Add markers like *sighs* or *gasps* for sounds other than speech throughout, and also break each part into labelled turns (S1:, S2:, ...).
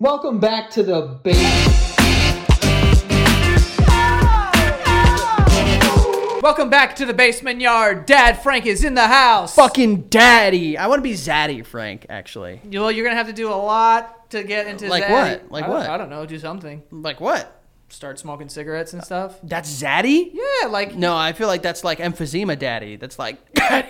S1: Welcome back to the base.
S2: Welcome back to the basement yard. Dad Frank is in the house.
S3: Fucking daddy. I want to be zaddy, Frank, actually.
S2: You- Well, you're gonna have to do a lot to get into
S3: Like
S2: Zaddy.
S3: what? Like
S2: I don't-
S3: what?
S2: I don't know. Do something.
S3: Like, what?
S2: Start smoking cigarettes and stuff.
S3: That's zaddy?
S2: Yeah, like
S3: No, I feel like that's like emphysema daddy. That's like,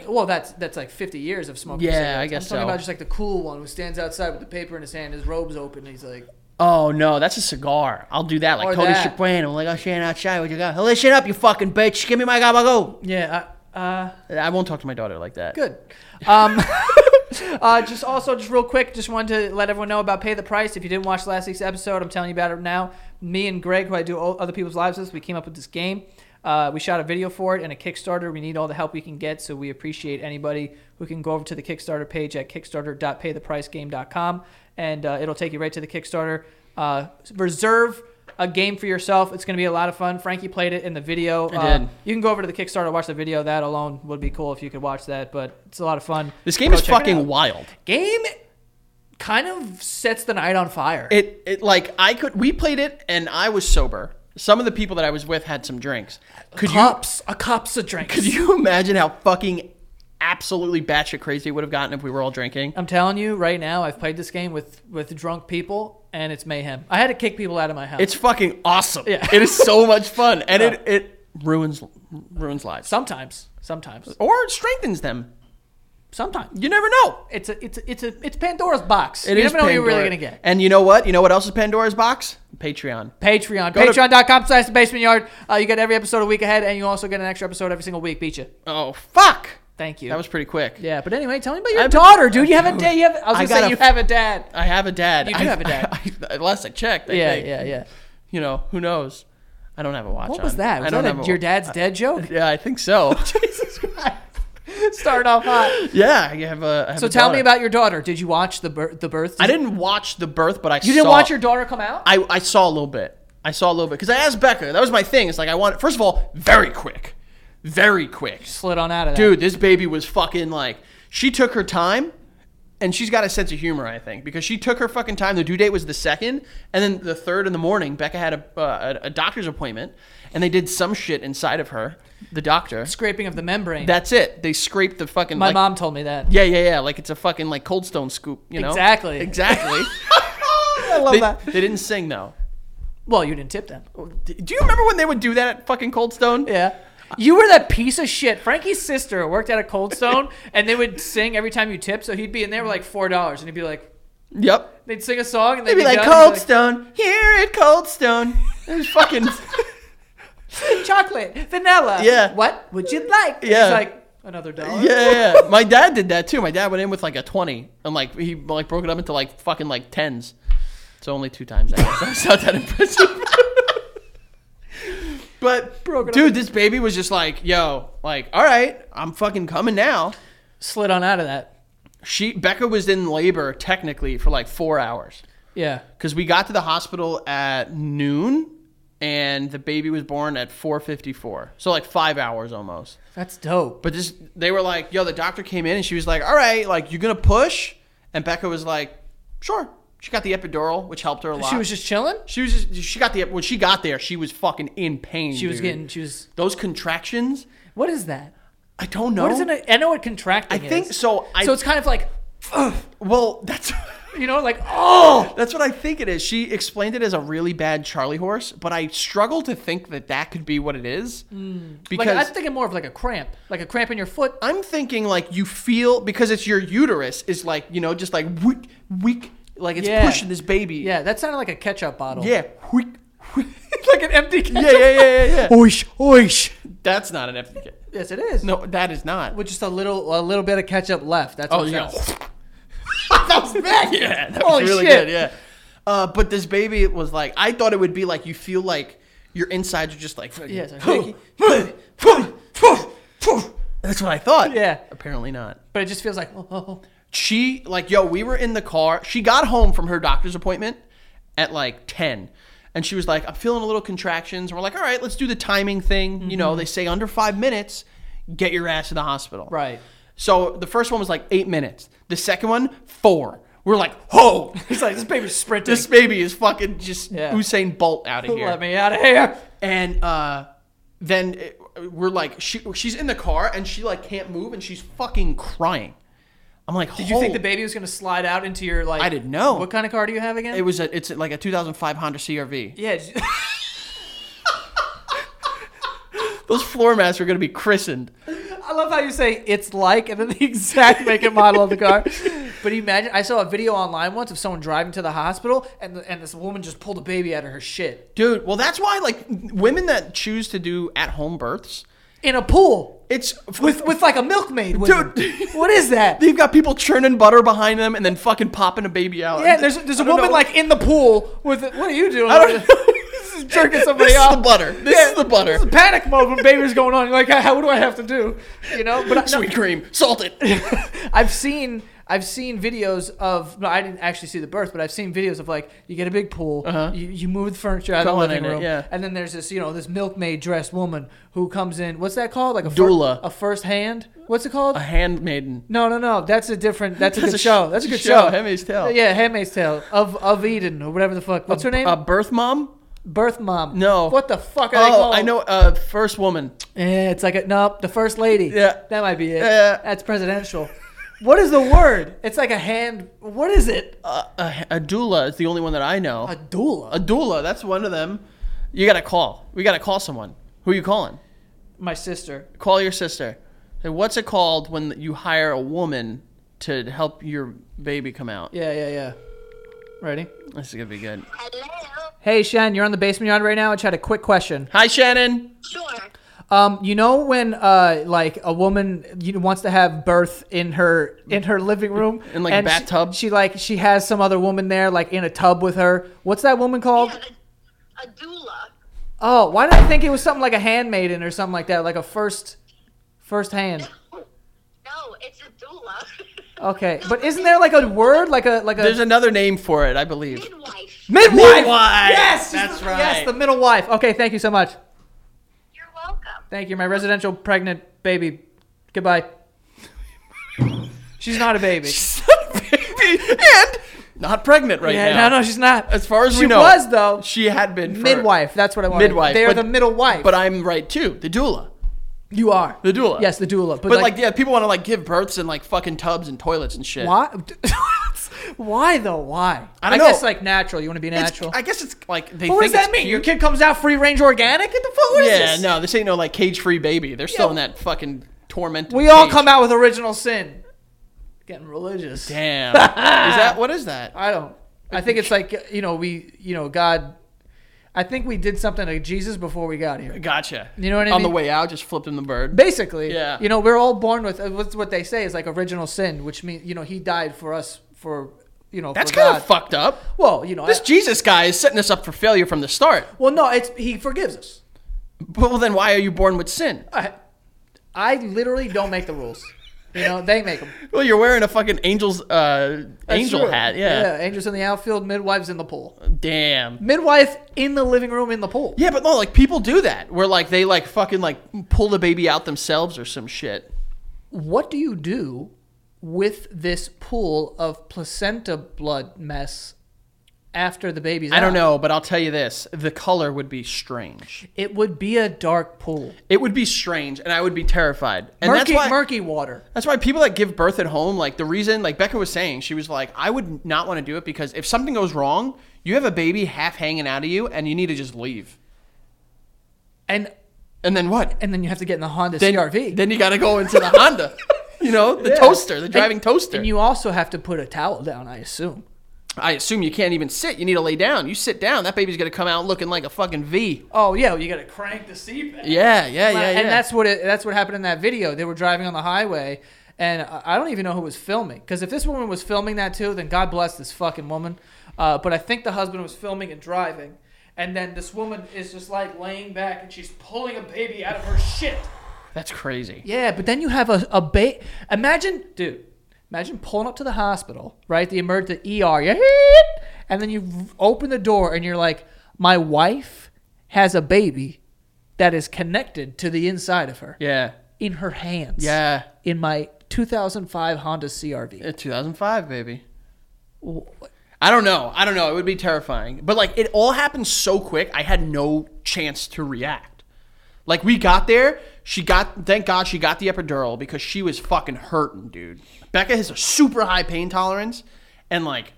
S2: Well, that's that's like 50 years of smoking.
S3: Yeah,
S2: cigarettes.
S3: I guess
S2: I'm talking
S3: so.
S2: about just like the cool one who stands outside with the paper in his hand, his robe's open, and he's like,
S3: *coughs* oh no, that's a cigar. I'll do that. Like
S2: Or
S3: Tony
S2: that.
S3: Soprano. Like, "Oh, I'll stand outside. What you got? Hey, shit up, you fucking bitch. Give me my gabago.
S2: "Yeah, uh, uh
S3: I won't talk to my daughter like that.
S2: good." *laughs* Um, uh, just also, just real quick, just wanted to let everyone know about Pay the Price. If you didn't watch last week's episode, I'm telling you about it now. Me and Greg, who I do o- other people's lives with, we came up with this game. Uh, we shot a video for it and a Kickstarter. We need all the help we can get, so we appreciate anybody who can go over to the Kickstarter page at kickstarter.paythepricegame.com, and uh, it'll take you right to the Kickstarter. Uh, reserve a game for yourself. It's going to be a lot of fun. Frankie played it in the video. I
S3: did.
S2: You can go over to the Kickstarter, watch the video. That alone would be cool if you could watch that, but it's a lot of fun.
S3: This game
S2: Go
S3: is
S2: check it
S3: fucking
S2: out.
S3: wild.
S2: Game kind of sets the night on fire.
S3: It, it, like, I could, we played it and I was sober. Some of the people that I was with had some drinks. Could you,
S2: cups, a cups of drinks.
S3: could you *laughs* imagine how fucking absolutely batshit crazy it would have gotten if we were all drinking?
S2: I'm telling you right now, I've played this game with with drunk people, and it's mayhem. I had to kick people out of my house.
S3: It's fucking awesome. It is
S2: *laughs*
S3: so much fun, and it it ruins ruins lives
S2: sometimes, sometimes,
S3: or strengthens them.
S2: sometimes.
S3: You never know.
S2: It's a it's a, it's a it's Pandora's box.
S3: It
S2: you
S3: is
S2: never know what you're really
S3: Pandora.
S2: gonna get.
S3: And you know what? You know what else is Pandora's box? Patreon.
S2: Patreon.
S3: Go to-
S2: Patreon.com slash the basement yard. Uh, you get every episode a week ahead, and you also get an extra episode every single week. Beat you.
S3: Oh fuck!
S2: Thank you.
S3: That was pretty quick.
S2: yeah, but anyway, tell me about your
S3: I've-
S2: daughter, dude. You have a dad. You have, I was
S3: I
S2: going to say,
S3: got a-
S2: you have a dad.
S3: I have a dad.
S2: You do
S3: I,
S2: have a dad.
S3: *laughs* I, I, last I checked. I
S2: Yeah,
S3: think.
S2: yeah, yeah.
S3: You know who knows? I don't have a watch.
S2: What was
S3: on.
S2: that?
S3: I
S2: Was
S3: don't
S2: that
S3: have
S2: a,
S3: a-
S2: your dad's dead joke?
S3: Yeah, I
S2: *laughs*
S3: think so.
S2: Jesus Christ. Starting off hot.
S3: yeah, I have a. I have
S2: So
S3: a
S2: tell me
S3: daughter.
S2: about your daughter. Did you watch the bir- the birth?
S3: I didn't watch the birth, but I
S2: You didn't
S3: saw-
S2: watch your daughter come out?
S3: I, I saw a little bit. I saw a little bit because I asked Becca. That was my thing. It's like I want. First of all, very quick, very quick,
S2: Slid on out of that.
S3: dude. This baby was fucking like. She took her time, and she's got a sense of humor. I think because she took her fucking time. The due date was the second, and then the third in the morning. Becca had a uh, a, a doctor's appointment, and they did some shit inside of her. The doctor.
S2: Scraping of the membrane.
S3: That's it. They scraped the fucking.
S2: My
S3: like-
S2: mom told me that.
S3: Yeah, yeah, yeah. Like it's a fucking like cold stone scoop. You know.
S2: Exactly.
S3: Exactly. I love that. They didn't sing though.
S2: Well, you didn't tip them.
S3: D- Do you remember when they would do that at fucking Cold Stone?
S2: Yeah. You were that piece of shit. Frankie's sister worked at a Cold
S3: *laughs*
S2: Stone, and they would sing every time you tipped. So he'd be in there with like four dollars, and he'd be like,
S3: Yep.
S2: they'd sing a song, and they'd
S3: They'd be like
S2: done, and
S3: Cold Stone here at
S2: *laughs*
S3: Cold Stone. It was fucking
S2: chocolate, vanilla.
S3: Yeah.
S2: What would you like? And
S3: Yeah.
S2: He's like another dollar.
S3: yeah, yeah. yeah. My dad did that too. My dad went in with like a twenty and like he like broke it up into like fucking like tens. It's only two times. *laughs* I guess. That's not that impressive. *laughs* but
S2: Broke it up
S3: dude, this baby was just like, yo, like, all right, I'm fucking coming now.
S2: Slid on out of that.
S3: She Becca was in labor technically for like four hours.
S2: Yeah.
S3: because we got to the hospital at noon and the baby was born at 4.54 so like five hours almost
S2: That's dope.
S3: but just they were like yo the doctor came in and she was like all right like you gonna push and becca was like sure she got the epidural which helped her a lot
S2: She was just chilling.
S3: she was just she got the ep- when she got there she was fucking in pain
S2: She was
S3: dude.
S2: getting. She was.
S3: those contractions
S2: What is that?
S3: i don't know
S2: What is an? I know what contracting
S3: I
S2: is.
S3: think so i
S2: So it's kind of like,
S3: well
S2: *laughs*
S3: that's
S2: you know, like oh,
S3: That's what I think it is. She explained it as a really bad Charlie horse, but I struggle to think that that could be what it is
S2: Hmm. like
S3: because
S2: I'm thinking more of like a cramp, like a cramp in your foot.
S3: I'm thinking like you feel because it's your uterus is like you know just like weak, weak, like it's
S2: Yeah.
S3: pushing this baby.
S2: Yeah, that sounded like a ketchup bottle.
S3: yeah, weak, weak.
S2: it's *laughs* like an empty ketchup.
S3: yeah, yeah, yeah, yeah, yeah.
S2: Oish, oish.
S3: That's not an empty. kid.
S2: Yes, it is.
S3: No, that is not.
S2: with just a little, a little bit of ketchup left. That's
S3: Oh
S2: what it
S3: yeah,
S2: sounds-
S3: that was bad. Yeah, that was
S2: Holy
S3: really
S2: shit.
S3: good. Yeah, uh, but this baby was like, I thought it would be like you feel like your insides are just like,
S2: Yes, I think-
S3: *gasps* that's what I thought.
S2: Yeah.
S3: apparently not.
S2: But it just feels like *laughs* oh, oh, oh.
S3: She like, yo, we were in the car. She got home from her doctor's appointment at like ten. And she was like, I'm feeling a little contractions. We're like, all right, let's do the timing thing. You know, they say under five minutes, get your ass to the hospital.
S2: right.
S3: So the first one was like eight minutes. The second one, four. We're like, ho! *laughs*
S2: He's like, this baby's sprinting.
S3: This baby is fucking just
S2: Yeah.
S3: Usain
S2: *laughs*
S3: Bolt out of here.
S2: Let me out of here.
S3: and uh, then it, we're like, she, she's in the car and she like can't move and she's fucking crying. I'm like,
S2: Did you think the baby was gonna slide out into your like?
S3: Oh. I didn't know.
S2: What kind of car do you have again?
S3: It was a, it's like a 2005 Honda CRV.
S2: yeah. did you-
S3: Those floor mats are gonna be christened.
S2: I love how you say it's like and then the *laughs* exact make and model of the car.
S3: *laughs*
S2: But imagine I saw a video online once of someone driving to the hospital and and this woman just pulled a baby out of her shit
S3: Dude, well, that's why like women that choose to do at home births,
S2: in a pool
S3: it's
S2: with with like a milkmaid. With
S3: Dude.
S2: them. what is
S3: *laughs*
S2: that?
S3: They've got people churning butter behind them and then fucking popping a baby out.
S2: Yeah, there's there's a
S3: I don't
S2: woman
S3: know.
S2: like in the pool with. What are you doing?
S3: I don't know.
S2: This is jerking somebody
S3: *laughs* *laughs* this
S2: off.
S3: is the butter. This is the butter.
S2: This is panic mode when baby's going on. You're like, how, what do I have to do? You know,
S3: *laughs*
S2: but I, no,
S3: Sweet cream, salted.
S2: *laughs* I've seen I've seen videos of no, I didn't actually see the birth, but I've seen videos of like you get a big pool, you, you move the furniture out of the
S3: Someone
S2: living
S3: Uh-huh. in it,
S2: room,
S3: yeah.
S2: and then there's this you know this milkmaid dressed woman who comes in. What's that called? Like a
S3: Doula.
S2: a first hand. What's it called?
S3: a handmaiden.
S2: no, no, no. That's a different. That's a
S3: That's
S2: good
S3: a sh-
S2: show. That's a good
S3: show,
S2: show.
S3: Handmaid's Tale.
S2: Yeah, Handmaid's Tale of of Eden or whatever the fuck. What's her name?
S3: A birth mom?
S2: Birth mom.
S3: No.
S2: What the fuck are they
S3: Oh,
S2: called?
S3: I know. Uh, first woman.
S2: Eh, it's like a no, the first lady.
S3: Yeah.
S2: that might be it.
S3: Yeah.
S2: that's presidential. What is the word? It's like a hand. What is it?
S3: Uh, a, a doula is the only one that I know.
S2: A doula.
S3: a doula. That's one of them. You gotta call. We gotta call someone. Who you calling?
S2: My sister.
S3: Call your sister. Say, what's it called when you hire a woman to help your baby come out?
S2: Yeah, yeah, yeah. Ready?
S3: This is gonna be good.
S4: Hello.
S2: Hey, Shen, you're on the basement yard right now. I just had a quick question.
S3: Hi, Shannon.
S4: Sure.
S2: Um, you know when uh, like a woman you know, wants to have birth in her in her living room
S3: In, like,
S2: and she-
S3: bathtub?
S2: She, like she has some other woman there like in a tub with her. What's that woman called?
S4: Yeah, a, a doula.
S2: Oh, why did I think it was something like a handmaiden or something like that, like a first first hand.
S4: No, it's a doula.
S2: Okay, but isn't there like a word, like a like a
S3: There's another name for it,
S2: *laughs*
S3: I believe.
S4: *laughs* Midwife.
S2: midwife?
S3: Midwife!
S2: Yes, she's
S3: That's
S2: the-
S3: right.
S2: Yes, the middle wife. Okay, thank you so much.
S4: You're welcome.
S2: Thank you, my residential pregnant baby. Goodbye. she's not a baby.
S3: baby and not pregnant right
S2: yeah,
S3: now.
S2: no, no, she's not.
S3: As far as
S2: she
S3: we know,
S2: was though
S3: She had been for-
S2: midwife. That's what I wanted.
S3: Midwife,
S2: They are
S3: but-
S2: the middle wife.
S3: But I'm right too. The doula.
S2: you are
S3: The doula.
S2: Yes, the doula. But,
S3: But,
S2: like,
S3: like, yeah, people want to like give births in like fucking tubs and toilets and shit.
S2: why? *laughs* why though? Why?
S3: I don't
S2: I guess
S3: know.
S2: like natural. You want to be
S3: It's-
S2: natural.
S3: I guess it's like they.
S2: what does
S3: think
S2: that
S3: it's
S2: mean? Your
S3: cute.
S2: kid comes out free range organic? Get the fuck. What is
S3: Yeah,
S2: this?
S3: no, this ain't no like cage-free baby. They're still
S2: Yeah.
S3: in that fucking torment.
S2: We all come out with original sin. Getting religious.
S3: Damn. is that what is that?
S2: I don't. I think it's like you know we you know God. I think we did something to Jesus before we got here.
S3: *laughs* Gotcha.
S2: You know what I
S3: On the
S2: mean?
S3: way out, just flipped him the bird.
S2: Basically,
S3: Yeah.
S2: You know we're all born with uh, what's what they say is like original sin, which means you know He died for us for you know
S3: That's
S2: for
S3: kind
S2: God.
S3: of fucked up.
S2: Well, you know.
S3: This
S2: I-
S3: Jesus guy is setting us up for failure from the start.
S2: well, no, it's He forgives us.
S3: But well, then why are you born with sin?
S2: I, I literally don't make the rules. You know they make them.
S3: Well, you're wearing a fucking angel's uh, angel hat. Yeah.
S2: Angels in the outfield, midwives in the pool.
S3: Damn.
S2: Midwife in the living room in the pool.
S3: Yeah, but no, like people do that where like they like fucking like pull the baby out themselves or some shit.
S2: what do you do with this pool of placenta blood mess after the baby's
S3: I don't
S2: out?
S3: know, but I'll tell you this: the color would be strange.
S2: It would be a dark pool.
S3: It would be strange, and I would be terrified. And
S2: murky,
S3: that's why
S2: murky water.
S3: that's why people that give birth at home, like the reason, like Becca was saying, she was like, I would not want to do it because if something goes wrong, you have a baby half hanging out of you, and you need to just leave.
S2: And
S3: And then what?
S2: and then you have to get in the Honda
S3: Then
S2: CRV.
S3: Then you got to go into the Honda. *laughs* You know, the toaster, the driving
S2: and,
S3: toaster.
S2: And you also have to put a towel down, I assume.
S3: I assume you can't even sit. You need to lay down. You sit down, that baby's gonna come out looking like a fucking V.
S2: Oh yeah, well, you got to crank the seat back.
S3: Yeah, yeah, yeah, yeah.
S2: And that's what it, that's what happened in that video. They were driving on the highway, and I I don't even know who was filming. Because if this woman was filming that too, then God bless this fucking woman. Uh, but I think the husband was filming and driving, and then this woman is just like laying back and she's pulling a baby out of her shit.
S3: that's crazy.
S2: Yeah, but then you have a a ba- Imagine, dude. Imagine pulling up to the hospital, right? The emerg the ER, yeah, and then you open the door and you're like, my wife has a baby that is connected to the inside of her
S3: Yeah,
S2: in her hands.
S3: yeah.
S2: in my 2005 Honda CRV.
S3: Yeah, 2005, baby. I don't know. I don't know. It would be terrifying. But like it all happened so quick, I had no chance to react. Like we got there, she got thank God she got the epidural because she was fucking hurting, dude. Becca has a super high pain tolerance and like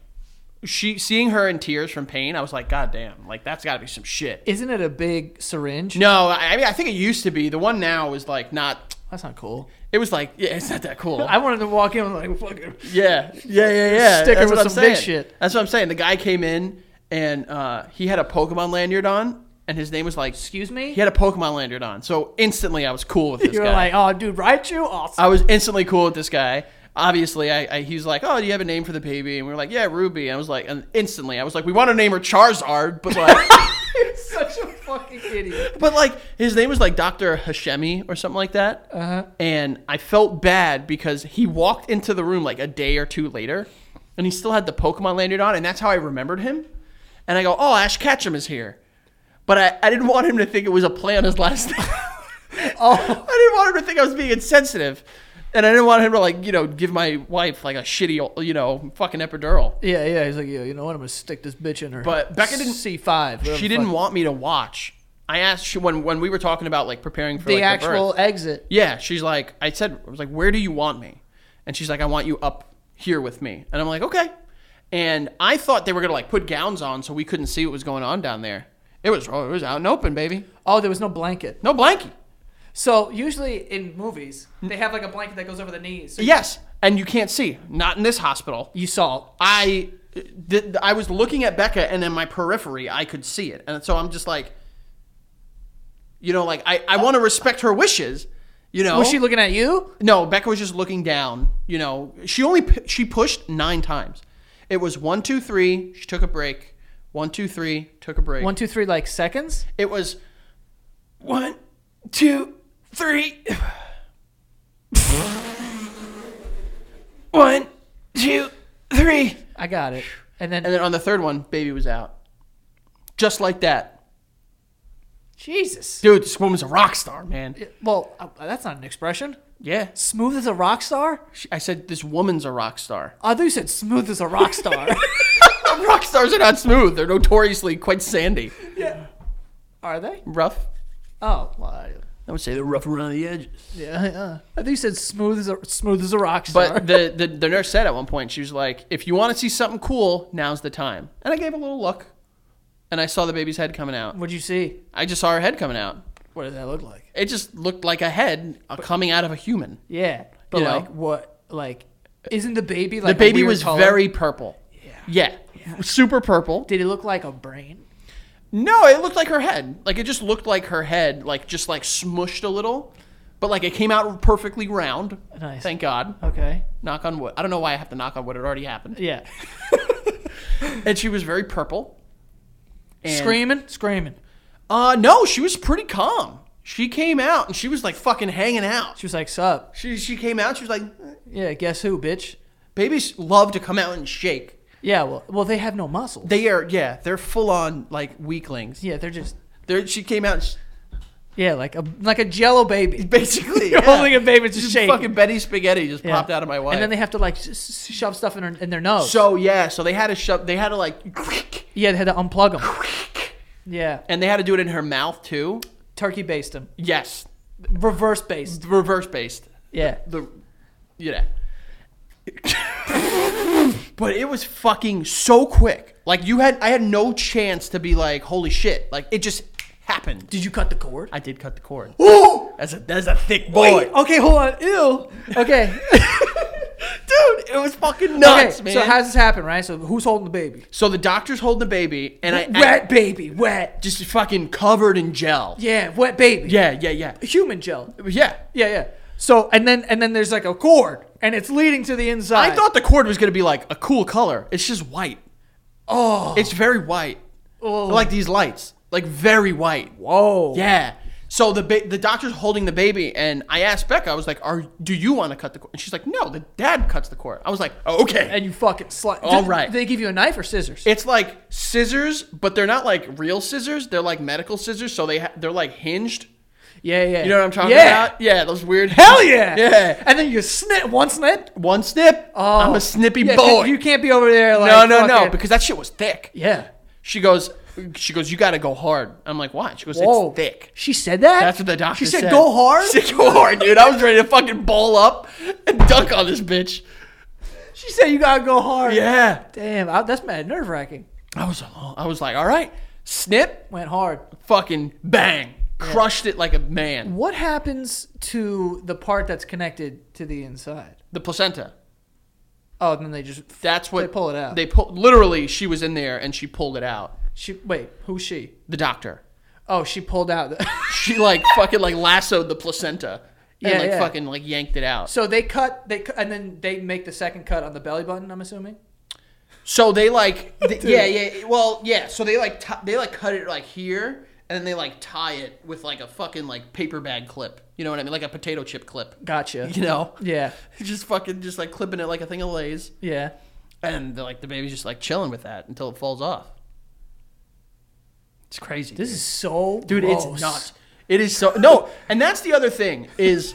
S3: she seeing her in tears from pain, I was like, God damn, like that's gotta be some shit.
S2: Isn't it a big syringe?
S3: No, I I mean I think it used to be. The one now is like not
S2: That's not cool.
S3: it was like yeah, it's not that cool.
S2: I wanted to walk in and like fucking
S3: Yeah, yeah, yeah, yeah.
S2: Sticker
S3: That's
S2: with
S3: what I'm
S2: some big
S3: saying.
S2: shit.
S3: That's what I'm saying. The guy came in and uh, he had a Pokemon lanyard on, and his name was like.
S2: excuse me?
S3: He had a Pokemon lanyard on, so instantly I was cool with this
S2: you were
S3: guy.
S2: like, oh dude, Raichu? Awesome.
S3: I was instantly cool with this guy. Obviously, I, I he was like, "Oh, do you have a name for the baby?" And we were like, "Yeah, Ruby." And I was like, and instantly, I was like, "We want to name her Charizard," but like,
S2: You're *laughs* such a fucking idiot.
S3: but like his name was like Doctor Hashemi or something like that.
S2: Uh-huh.
S3: And I felt bad because he walked into the room like a day or two later, and he still had the Pokemon lanyard on, and that's how I remembered him. And I go, "Oh, Ash Ketchum is here," but I, I didn't want him to think it was a play on his
S2: *laughs*
S3: last name. *laughs* oh, I didn't want him to think I was being insensitive. And I didn't want him to like, you know, give my wife like a shitty, you know, fucking epidural.
S2: Yeah, yeah. He's like, yeah, you know what? I'm gonna stick this bitch in her.
S3: But Becca didn't-
S2: C five.
S3: She didn't want me to watch. I asked she, when when we were talking about like preparing for
S2: the
S3: like, birth.
S2: actual exit.
S3: Yeah, she's like, I said, I was like, where do you want me? And she's like, I want you up here with me. And I'm like, okay. And I thought they were gonna like put gowns on so we couldn't see what was going on down there. It was oh, it was out and open, baby.
S2: Oh, there was no blanket.
S3: No blankie.
S2: So usually in movies, they have like a blanket that goes over the knees. So
S3: Yes, and you can't see. Not in this hospital.
S2: you saw.
S3: I did, I was looking at Becca, and in my periphery, I could see it, and so I'm just like, you know, like I, I want to respect her wishes, you know.
S2: Was she looking at you?
S3: No, Becca was just looking down. You know, she only p- she pushed nine times. It was one, two, three. She took a break. One, two, three. Took a break.
S2: One, two, three, like seconds.
S3: It was one, two, three. *laughs* one, two, three.
S2: I got it. And then,
S3: And then on the third one, baby was out. Just like that.
S2: Jesus.
S3: Dude, this woman's a rock star, man.
S2: Well, uh, that's not an expression.
S3: Yeah.
S2: Smooth as a rock star.
S3: She- I said, this woman's a rock star. *laughs*
S2: I thought you said smooth as a rock star.
S3: rock stars are not smooth. They're notoriously quite sandy.
S2: Are they?
S3: Rough.
S2: Oh, well, I-
S3: I would say they're rough around the edges.
S2: yeah, yeah. I thought you said smooth as a smooth as a rock star.
S3: But the, the, the nurse said at one point, she was like, if you want to see something cool, now's the time. And I gave a little look. And I saw the baby's head coming out.
S2: what'd you see?
S3: I just saw her head coming out.
S2: What did that look like?
S3: It just looked like a head uh, coming out of a human.
S2: Yeah, but
S3: You know?
S2: like what? Like, isn't the baby
S3: The
S2: like a
S3: baby
S2: weird
S3: was
S2: color?
S3: very purple. Yeah. Super purple.
S2: Did it look like a brain?
S3: No, it looked like her head. Like it just looked like her head, like just like smushed a little, but like it came out perfectly round.
S2: Nice.
S3: Thank God.
S2: Okay.
S3: Knock on wood. I don't know why I have to knock on wood. It already happened.
S2: Yeah. *laughs*
S3: And she was very purple. *laughs* And-
S2: screaming, screaming.
S3: Uh, no, she was pretty calm. She came out and she was like fucking hanging out.
S2: She was like, "Sup?
S3: She she came out. She was like, "Eh."
S2: Yeah, guess who, bitch?
S3: babies love to come out and shake.
S2: Yeah. Well, well, they have no muscle.
S3: They are yeah, they're full on like weaklings.
S2: yeah, they're just
S3: They're, she came out and she-
S2: yeah, like a like a Jello baby.
S3: *laughs* basically
S2: You're
S3: yeah.
S2: holding a baby to
S3: Just
S2: shake.
S3: Fucking Betty spaghetti just
S2: Yeah.
S3: popped out of my wife.
S2: And then they have to like s- s- shove stuff in, her, in their nose.
S3: So yeah, so they had to shove. They had to like, *laughs*
S2: yeah, they had to unplug them. Yeah,
S3: and they had to do it in her mouth too.
S2: turkey based them,
S3: Yes,
S2: reverse based.
S3: reverse based.
S2: Yeah,
S3: The yeah. but it was fucking so quick. Like you had, I had no chance to be like, holy shit! Like it just happened.
S2: did you cut the cord?
S3: I did cut the cord.
S2: Ooh!
S3: That's a that's a thick *laughs* boy,
S2: Okay, hold on. Ew.
S3: *laughs*
S2: Okay.
S3: dude. It was fucking nuts,
S2: okay,
S3: man.
S2: so how does this happen, right? So who's holding the baby?
S3: So the doctor's holding the baby, and I, I
S2: wet baby, wet.
S3: just fucking covered in gel.
S2: Yeah, wet baby.
S3: Yeah, yeah, yeah,
S2: Human gel.
S3: yeah.
S2: Yeah, yeah. So and then and then there's like a cord and it's leading to the inside.
S3: I thought the cord was gonna be like a cool color. It's just white.
S2: Oh.
S3: It's very white.
S2: Oh.
S3: Like these lights, like very white.
S2: Whoa.
S3: Yeah. So the ba- the doctor's holding the baby, and I asked Becca. I was like, "Are do you want to cut the cord?" And she's like, "No, the dad cuts the cord." I was like, oh, "Okay."
S2: And you fucking slut.
S3: All right.
S2: They give you a knife or scissors.
S3: It's like scissors, but they're not like real scissors. They're like medical scissors, so they ha- they're like hinged.
S2: Yeah, yeah.
S3: You know what I'm talking
S2: yeah.
S3: about? Yeah, those weird.
S2: Hell yeah!
S3: Yeah.
S2: And then you snip one snip.
S3: One snip.
S2: Oh.
S3: I'm a snippy
S2: Yeah, 'cause
S3: boy.
S2: You can't be over there like
S3: no, no, no,
S2: fucking-
S3: because that shit was thick.
S2: yeah.
S3: She goes, she goes, you got to go hard. I'm like, why? She goes,
S2: Whoa.
S3: it's thick.
S2: She said that.
S3: That's what the doctor
S2: She said, "Go hard."
S3: She said, go hard, dude. I was ready to fucking ball up and dunk on this bitch.
S2: She said you gotta go hard.
S3: Yeah.
S2: Damn, I, that's mad nerve wracking.
S3: I was, uh, I was like, all right, snip,
S2: Went hard.
S3: fucking bang, crushed it like a man.
S2: What happens to the part that's connected to the inside?
S3: The placenta.
S2: Oh, and then they just
S3: That's what
S2: They pull it out.
S3: They pull. Literally, she was in there and she pulled it out.
S2: she wait. Who's she?
S3: The doctor.
S2: Oh, she pulled out. The, *laughs*
S3: She like fucking like lassoed the placenta and
S2: Yeah,
S3: like
S2: yeah.
S3: fucking like yanked it out.
S2: so they cut. They cu- and then they make the second cut on the belly button. I'm assuming.
S3: So
S2: *laughs*
S3: they like, th- yeah, yeah. Well, yeah. So they like, t- they like cut it like here, and then they like tie it with like a fucking like paper bag clip. You know what I mean? Like a potato chip clip. *laughs*
S2: Gotcha.
S3: You know?
S2: Yeah.
S3: *laughs* Just fucking, just like clipping it like a thing of Lay's,
S2: Yeah.
S3: and the, like the baby's just like chilling with that until it falls off. It's crazy.
S2: This is so
S3: dude.
S2: gross.
S3: It's nuts. It is so no, and that's the other thing
S2: *laughs*
S3: is,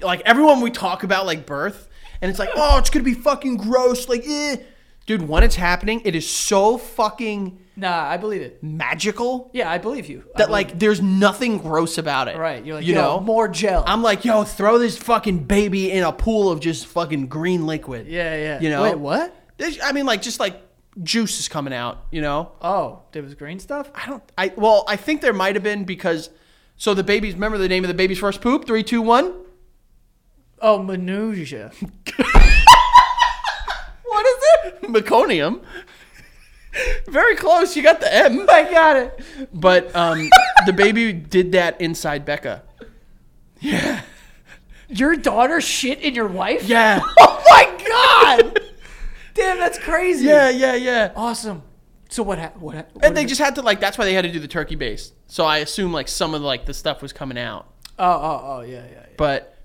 S3: like everyone we talk about like birth, and it's like oh it's gonna be fucking gross like eh. dude when it's happening it is so fucking
S2: Nah, I believe it.
S3: magical
S2: Yeah, I believe you. I
S3: that
S2: believe you.
S3: like there's nothing gross about it.
S2: right. You're like
S3: you
S2: "Yo,
S3: know
S2: more gel.
S3: I'm like yo throw this fucking baby in a pool of just fucking green liquid.
S2: yeah, yeah.
S3: You know
S2: Wait, what?
S3: There's- I mean like just like juice is coming out. You know
S2: Oh, there was green stuff.
S3: I don't. I well, I think there might have been because. So the baby's. Remember the name of the baby's first poop. Three, two, one.
S2: Oh, minutia.
S3: What is it? *laughs* Meconium. Very close. You got the M.
S2: I got it.
S3: But um, the baby did that inside Becca.
S2: Your daughter shit in your wife?
S3: *laughs* Yeah.
S2: Oh my god! *laughs* Damn, that's crazy.
S3: yeah. Yeah. Yeah.
S2: Awesome. So what happened? What happened?
S3: Oh. And they just had to like. That's why they had to do the turkey base. So I assume like some of like the stuff was coming out.
S2: Oh, oh, oh, yeah, yeah, yeah.
S3: But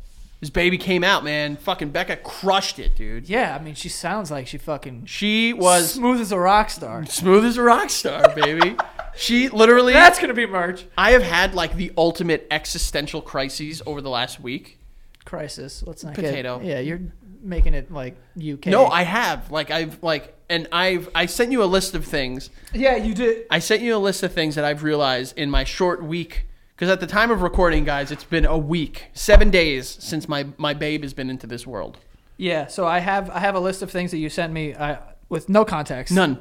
S3: this baby came out, man. Fucking Becca crushed it, dude.
S2: Yeah, I mean, she sounds like she fucking
S3: She *laughs* was
S2: smooth as a rock star.
S3: smooth as a rock star, baby. she literally.
S2: That's gonna be merch.
S3: I have had like the ultimate existential crises over the last week.
S2: Crisis. Let's not
S3: Potato.
S2: Get, yeah, you're making it like UK.
S3: No, I have. Like I've like and I've I sent you a list of things.
S2: Yeah, you did.
S3: I sent you a list of things that I've realized in my short week because at the time of recording, guys, it's been a week, 7 days since my my babe has been into this world.
S2: Yeah. So I have I have a list of things that you sent me I, with no context.
S3: None.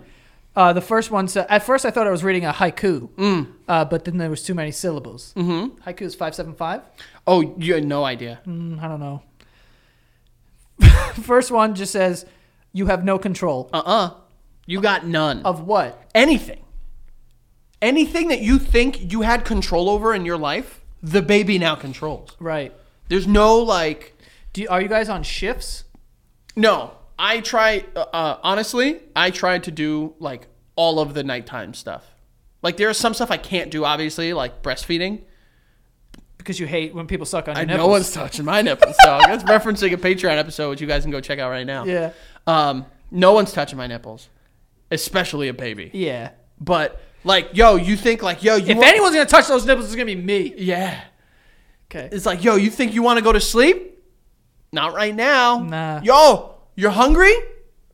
S2: Uh, the first one. sa at first, I thought I was reading a haiku, uh, but then there was too many syllables. Mm-hmm. Haiku is five seven five. Mm,
S3: Oh, you had no idea.
S2: I don't know. *laughs* First one just says, "You have no control
S3: Uh-uh. You got none.
S2: of what."
S3: anything. Anything that you think you had control over in your life, the baby now controls.
S2: Right?
S3: There's no like
S2: Do you, are you guys on shifts?
S3: No, I try. Uh, uh, honestly, I try to do like all of the nighttime stuff. Like there is some stuff I can't do, obviously, like breastfeeding.
S2: Because you hate when people suck on your
S3: I, no
S2: nipples.
S3: one's touching my nipples, dog. That's referencing a Patreon episode, which you guys can go check out right now.
S2: Yeah.
S3: Um, no one's touching my nipples, especially a baby.
S2: Yeah.
S3: But like, yo, you think like, yo, you
S2: If
S3: want-
S2: anyone's gonna touch those nipples, it's gonna be me.
S3: yeah,
S2: Okay.
S3: it's like, yo, you think you want to go to sleep? Not right now.
S2: Nah.
S3: Yo, you're hungry?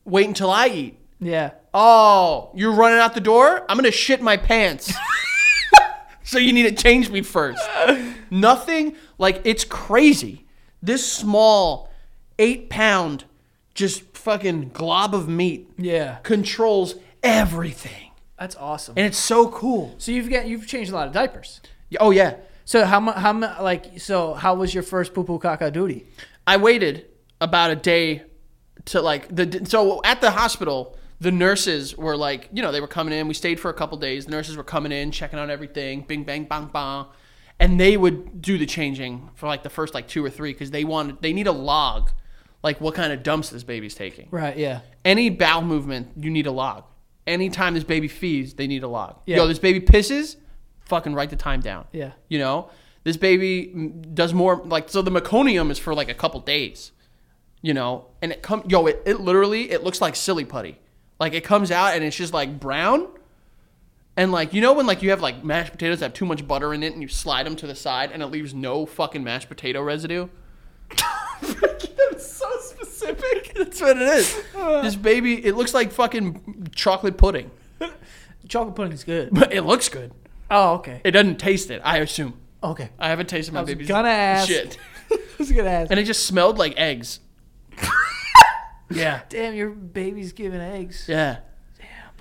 S3: Wait until I eat.
S2: Yeah.
S3: Oh, you're running out the door? I'm gonna shit my pants. so you need to change me first. Nothing like it's crazy. This small eight pound just fucking glob of meat
S2: Yeah.
S3: controls everything.
S2: That's awesome.
S3: And it's so cool.
S2: So you've got you've changed a lot of diapers.
S3: Oh yeah.
S2: So how mu how mu like so how was your first poo poo caca duty?
S3: I waited about a day to like the so at the hospital the nurses were like you know they were coming in we stayed for a couple days the nurses were coming in checking on everything bing bang bang bang and they would do the changing for like the first like two or three because they wanted they need a log like what kind of dumps this baby's taking
S2: Right. Yeah.
S3: any bowel movement you need a log anytime this baby feeds they need a log
S2: Yeah.
S3: yo this baby pisses fucking write the time down
S2: Yeah.
S3: you know, this baby mm, does more like so the meconium is for like a couple days, you know, and it come yo it, it literally it looks like silly putty, like it comes out and it's just like brown, And like you know when like you have like mashed potatoes that have too much butter in it and you slide them to the side and it leaves no fucking mashed potato residue. *laughs* That's so specific. *laughs* That's what it is. this baby, it looks like fucking chocolate pudding,
S2: Chocolate pudding is
S3: *laughs*
S2: good.
S3: but it looks good.
S2: Oh, okay.
S3: It doesn't taste it. I assume.
S2: Okay.
S3: I haven't tasted my
S2: was
S3: baby's
S2: gonna ask.
S3: shit.
S2: *laughs* That's a good ass.
S3: And it just smelled like eggs. yeah.
S2: Damn, your baby's giving eggs.
S3: Yeah.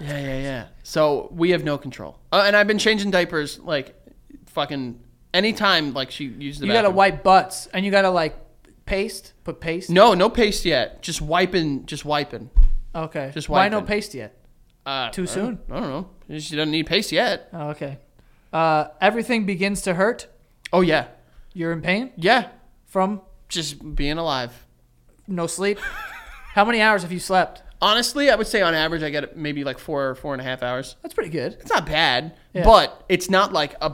S3: Yeah, yeah, yeah. So we have no control. Uh, and I've been changing diapers like fucking anytime like she used the
S2: You gotta
S3: bathroom.
S2: wipe butts, and you gotta like paste. Put paste.
S3: No, no paste yet. Just wiping, just wiping.
S2: Okay.
S3: Just
S2: why
S3: wipe
S2: no
S3: it.
S2: paste yet?
S3: Uh,
S2: Too
S3: I
S2: soon?
S3: don't- I don't know. She doesn't need paste yet.
S2: Oh, okay. Uh, everything begins to hurt.
S3: Oh yeah,
S2: You're in pain
S3: yeah.
S2: from
S3: Just being alive.
S2: no
S3: *laughs*
S2: sleep. How many hours have you slept?
S3: Honestly, I would say on average I get maybe like four or four and a half hours.
S2: That's pretty good.
S3: It's not bad,
S2: Yeah.
S3: but it's not like a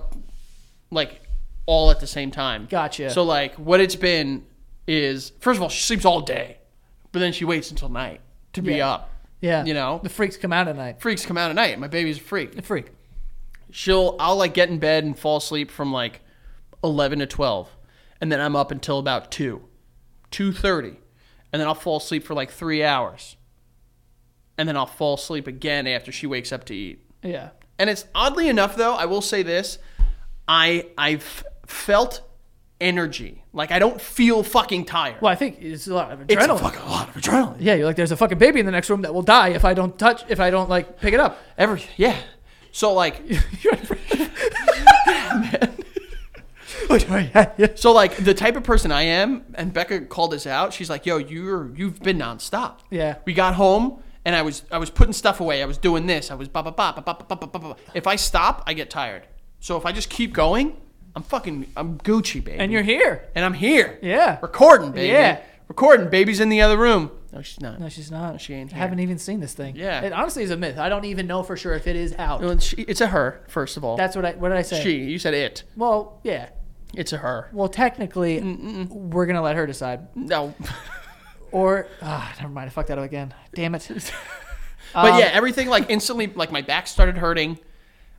S3: like all at the same time.
S2: Gotcha.
S3: So like what it's been is first of all she sleeps all day, but then she waits until night to be
S2: Yeah.
S3: up.
S2: Yeah.
S3: You know?
S2: the freaks come out at night.
S3: Freaks come out at night. My baby's a freak.
S2: The freak.
S3: She'll I'll like get in bed and fall asleep from like eleven to twelve, and then I'm up until about two, two thirty, and then I'll fall asleep for like three hours, and then I'll fall asleep again after she wakes up to eat.
S2: Yeah.
S3: And it's oddly enough, though, I will say this: I I've felt energy. Like I don't feel fucking tired.
S2: Well, I think it's a lot of
S3: It's a
S2: adrenaline.
S3: fucking lot of adrenaline.
S2: yeah, you're like, there's a fucking baby in the next room that will die if I don't touch, if I don't like pick it up.
S3: Everything. Yeah. So *laughs* like, so like the type of person I am, and Becca called this out. She's like, "Yo, you're you've been nonstop."
S2: Yeah.
S3: We got home, and I was I was putting stuff away. I was doing this. I was ba ba ba ba ba ba ba ba. ba. If I stop, I get tired. So if I just keep going, I'm fucking I'm Gucci, baby.
S2: And you're here.
S3: and I'm here.
S2: Yeah.
S3: Recording, baby.
S2: Yeah.
S3: Recording. Baby's in the other room. No, she's not.
S2: No, she's not.
S3: she ain't
S2: I haven't even seen this thing.
S3: Yeah.
S2: It honestly is a myth. I don't even know for sure if it is out.
S3: No, it's- she, it's a her, first of all.
S2: That's what I. What did I say?
S3: she. You said it.
S2: Well, yeah.
S3: It's a her.
S2: Well, technically, we're gonna let her decide. *laughs*
S3: No.
S2: Or ah, never mind. I fucked that up again. Damn
S3: *laughs*
S2: it.
S3: but
S2: Um,
S3: yeah, everything like instantly, like my back started hurting.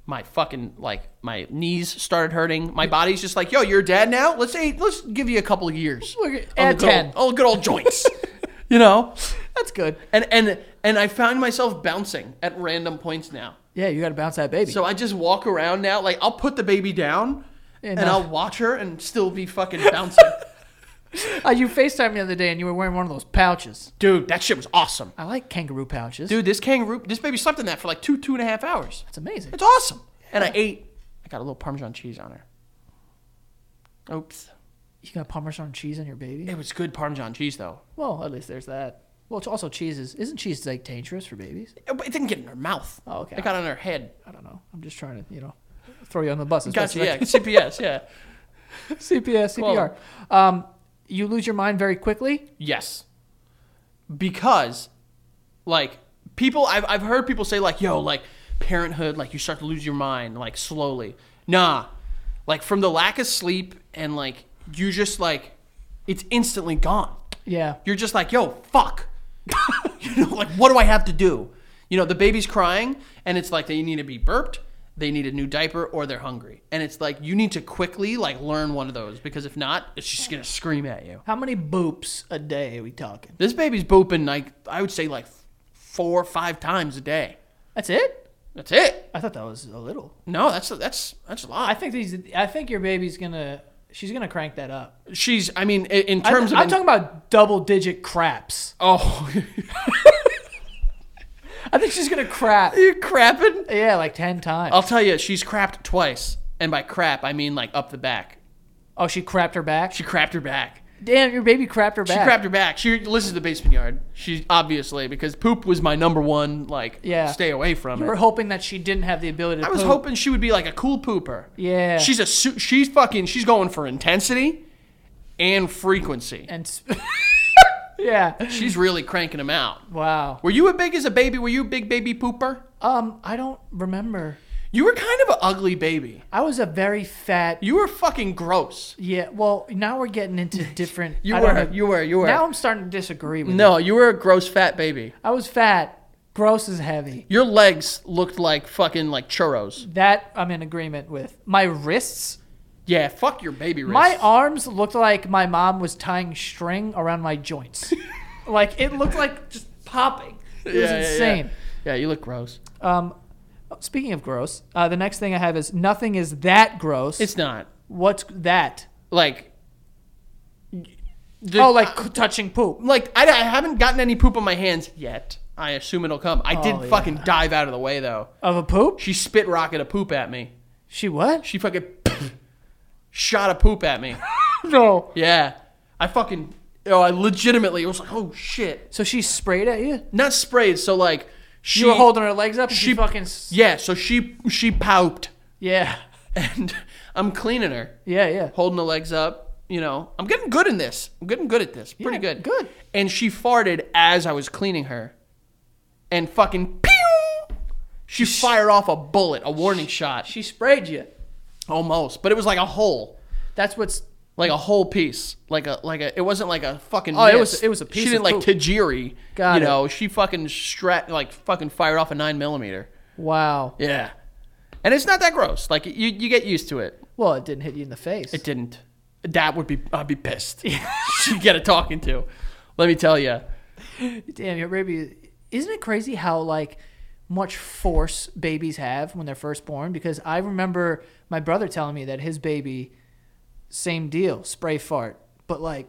S3: My fucking like my knees started hurting. My body's just like, yo, you're a dad now. Let's say, let's give you a couple of years.
S2: Look at-
S3: On the
S2: add
S3: good old-
S2: 10.
S3: Oh, good
S2: *laughs*
S3: old joints. you know,
S2: That's good.
S3: and and and I found myself bouncing at random points now.
S2: Yeah, you got to bounce that baby.
S3: So I just walk around now. Like I'll put the baby down, and,
S2: no.
S3: I'll watch her and still be fucking bouncing.
S2: Uh, you Facetime me the other day, and you were wearing one of those pouches.
S3: *laughs* Dude, that shit was awesome.
S2: I like kangaroo pouches.
S3: Dude, this kangaroo, this baby slept in that for like two, two and a half hours.
S2: it's amazing.
S3: It's awesome. And I ate. I got a little Parmesan cheese on her. Oops.
S2: you got Parmesan cheese on your baby.
S3: It was good Parmesan cheese though.
S2: Well, at least there's that. Well, it's also cheeses. Isn't cheese like dangerous for babies?
S3: It, but it didn't get in her mouth.
S2: Oh, okay.
S3: It got on her head.
S2: I don't know. I'm just trying to, you know, throw you on the bus.
S3: Gotcha. Yeah.
S2: especially- *laughs*
S3: CPS. Yeah. *laughs*
S2: CPS, CPR. Um, you lose your mind very quickly.
S3: Yes. Because, like, people, I've, I've heard people say, like, yo, like, parenthood, like, you start to lose your mind, like, slowly. Nah. Like, from the lack of sleep and, like, you just, like, it's instantly gone.
S2: Yeah.
S3: You're just like, yo, fuck. *laughs* you know, like, what do I have to do? You know, the baby's crying, and it's like they need to be burped, they need a new diaper, or they're hungry. And it's like, you need to quickly, like, learn one of those because if not, it's just going to scream at you.
S2: How many boops a day are we talking?
S3: This baby's booping like I would say like four or five times a day.
S2: That's it?
S3: That's it.
S2: I thought that was a little.
S3: No, that's that's that's a lot.
S2: I think these. I think your baby's gonna. She's gonna crank that up.
S3: She's. I mean, i- in
S2: I,
S3: terms
S2: am
S3: of
S2: talking about double digit craps.
S3: oh, *laughs*
S2: I think she's gonna
S3: *laughs*
S2: crap.
S3: you crapping.
S2: Yeah, like ten times.
S3: I'll tell you, she's crapped twice, and by crap I mean like up the back.
S2: Oh, she crapped her back.
S3: She crapped her back.
S2: Damn, your baby crapped her
S3: She
S2: back.
S3: crapped her back. She listens to the basement yard. She obviously because poop was my number one like
S2: Yeah.
S3: stay away from
S2: We're
S3: it.
S2: hoping that she didn't have the ability. to
S3: I was
S2: poop.
S3: hoping she would be like a cool pooper.
S2: Yeah.
S3: She's a su- she's fucking she's going for intensity and frequency.
S2: And sp- *laughs* yeah.
S3: She's really cranking them out.
S2: Wow.
S3: Were you as big as a baby? Were you a big baby pooper?
S2: Um, I don't remember.
S3: You were kind of an ugly baby.
S2: I was a very fat.
S3: You were fucking gross.
S2: Yeah. Well, now we're getting
S3: *laughs*
S2: into different.
S3: You
S2: I don't
S3: were.
S2: know.
S3: You were. You were.
S2: Now I'm starting to disagree with you.
S3: no, you were a gross fat baby.
S2: I was fat, Gross is heavy.
S3: Your legs looked like fucking like churros.
S2: That I'm in agreement with. My wrists,
S3: Yeah, fuck your baby wrist.
S2: my arms looked like my mom was tying string around my
S3: *laughs*
S2: joints. like it looked like just popping. It was insane.
S3: Yeah. you look gross.
S2: Um, speaking of gross, uh, the next thing I have is nothing is that gross.
S3: It's not
S2: what's that?
S3: like. the-
S2: oh, like touching poop.
S3: like I, I haven't gotten any poop on my hands yet. I assume it'll come. I did
S2: Oh, yeah.
S3: fucking dive out of the way though.
S2: Of a poop?
S3: She spit rocket a poop at me.
S2: She
S3: *laughs*
S2: what?
S3: She fucking *coughs* shot a poop at me.
S2: No.
S3: Yeah, I fucking oh, I legitimately was like, oh shit,
S2: So she sprayed at you?
S3: not sprayed. So like she
S2: you were holding her legs up and she,
S3: she-
S2: fucking. s-
S3: Yeah, so she she pouped,
S2: Yeah.
S3: *laughs* and I'm cleaning her,
S2: Yeah, yeah.
S3: holding the legs up. You know, I'm getting good in this. I'm getting good at this. Pretty
S2: Yeah,
S3: good.
S2: good.
S3: And she farted as I was cleaning her, and fucking pew. She fired off a bullet, a warning shot,
S2: She sprayed you.
S3: almost, but it was like a hole,
S2: That's what's.
S3: like a whole piece, like a like a. It wasn't like a fucking.
S2: Oh, it
S3: miss.
S2: was- it was a piece
S3: She
S2: of
S3: didn't like
S2: poop.
S3: tajiri.
S2: Got
S3: you
S2: it.
S3: know, she fucking strat like fucking fired off a nine millimeter.
S2: Wow.
S3: Yeah. And it's not that gross. Like you, you get used to it.
S2: Well, it didn't hit you in the face.
S3: It didn't. That would be. I'd be pissed. *laughs* She'd get a talking to. Let me tell you.
S2: Damn, your baby. Isn't it crazy how like much force babies have when they're first born? Because I remember my brother telling me that his baby, same deal, spray fart, but like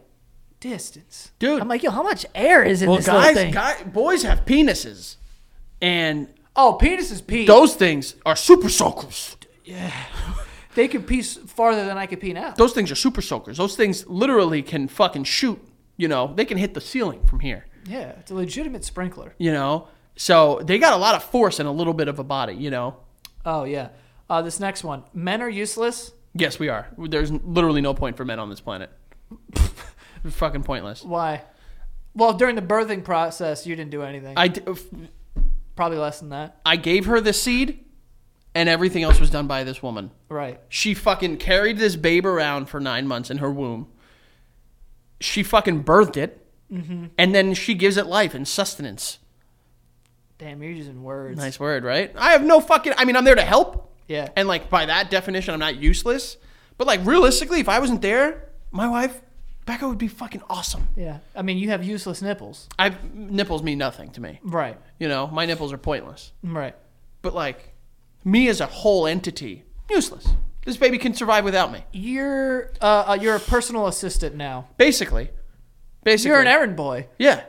S2: distance.
S3: Dude.
S2: I'm like, yo, how much air is in
S3: Well,
S2: this little
S3: guys,
S2: thing?
S3: guy, boys have penises, and
S2: oh, penis is pee.
S3: those things are super soakers.
S2: they could pee s- farther than I could pee now.
S3: Those things are super soakers. Those things literally can fucking shoot. You know, they can hit the ceiling from here.
S2: Yeah, it's a legitimate sprinkler.
S3: You know, so they got a lot of force and a little bit of a body. You know.
S2: Oh yeah. Uh, this next one, men are useless.
S3: Yes, we are. There's literally no point for men on this planet. *laughs* fucking pointless.
S2: Why? Well, during the birthing process, you didn't do anything.
S3: I, d-
S2: Probably less than that.
S3: I gave her the seed, and everything else was done by this woman.
S2: Right.
S3: She fucking carried this babe around for nine months in her womb. She fucking birthed it, and then she gives it life and sustenance.
S2: Damn, you're using words.
S3: Nice word, right? I have no fucking. I mean, I'm there to help,
S2: Yeah.
S3: and like by that definition, I'm not useless. But like realistically, if I wasn't there, my wife Becca would be fucking awesome.
S2: yeah. I mean, you have useless nipples.
S3: I nipples mean nothing to me.
S2: Right.
S3: You know, my nipples are pointless.
S2: Right.
S3: But like me as a whole entity, useless. This baby can survive without me.
S2: You're uh, uh, you're a personal assistant now.
S3: Basically. Basically.
S2: You're an errand boy,
S3: Yeah.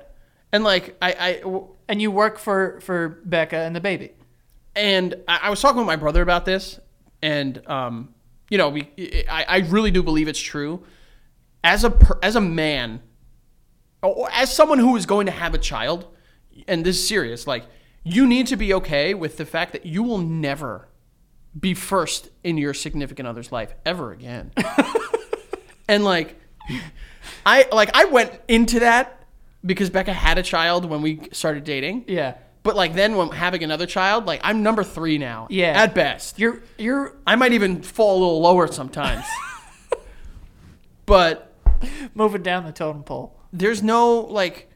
S3: And like I, I w-
S2: and you work for for Becca and the baby.
S3: and I, I was talking with my brother about this, and um, you know, we I, I really do believe it's true. As a per, as a man, or- or as someone who is going to have a child, and this is serious, like you need to be okay with the fact that you will never be first in your significant other's life ever again. and like I like I went into that because Becca had a child when we started dating.
S2: Yeah.
S3: But like then when having another child, like I'm number three now.
S2: Yeah.
S3: At best.
S2: You're you're
S3: I might even fall a little lower
S2: *laughs*
S3: sometimes. but
S2: moving down the totem pole.
S3: there's no like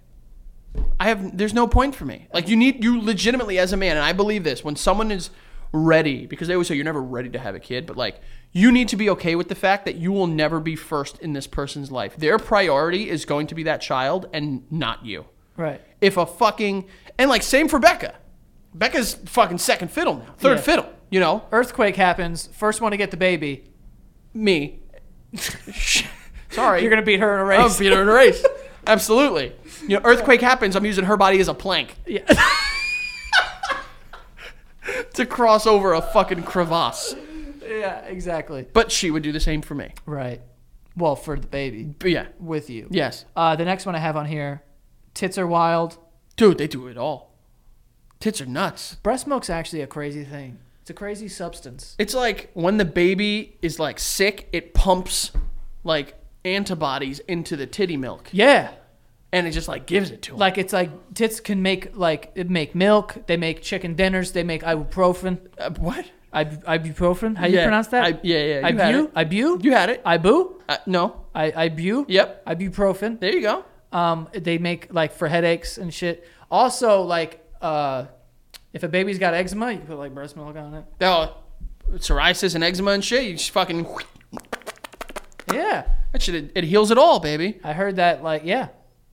S3: I have there's no point for me. Like you need you legitimately as a man, and I believe this, when someone is ready, because they always say you're never ready to have a kid, but like you need to be okay with the fact that you will never be first in this person's life. Their priority is going to be that child and not you
S2: Right.
S3: if a fucking and like same for Becca. Becca's fucking second fiddle now, third
S2: Yeah.
S3: fiddle. You know
S2: Earthquake happens. First one to get the baby. *laughs*
S3: me. Sorry,
S2: You're gonna beat her in a race.
S3: I'm beat her in a race. Absolutely. You know, earthquake happens. I'm using her body as a plank
S2: Yeah.
S3: *laughs* to cross over a fucking crevasse.
S2: yeah. Exactly.
S3: But she would do the same for me.
S2: Right. Well, for the baby
S3: But yeah,
S2: with you.
S3: yes,
S2: Uh, the next one I have on here, tits are wild.
S3: dude, they do it all. Tits are nuts.
S2: Breast milk's actually a crazy thing. It's a crazy substance.
S3: It's like when the baby is like sick, it pumps like antibodies into the titty milk,
S2: Yeah.
S3: and it just like gives it to him.
S2: Like it's like tits can make like it make milk. They make chicken dinners. They make ibuprofen.
S3: Uh, what?
S2: Ib- ibuprofen. How do you
S3: Yeah,
S2: pronounce that?
S3: I- yeah, yeah, you had
S2: Ibu.
S3: it.
S2: Ibu.
S3: You had it.
S2: Ibu.
S3: Uh, no.
S2: I ibu.
S3: Yep.
S2: Ibuprofen.
S3: There you go.
S2: Um, they make like for headaches and shit. Also, like uh, if a baby's got eczema, you put like breast milk on it.
S3: Oh, psoriasis and eczema and shit. You just fucking
S2: Yeah,
S3: that shit. It, it heals it all, baby.
S2: I heard that. Like, yeah,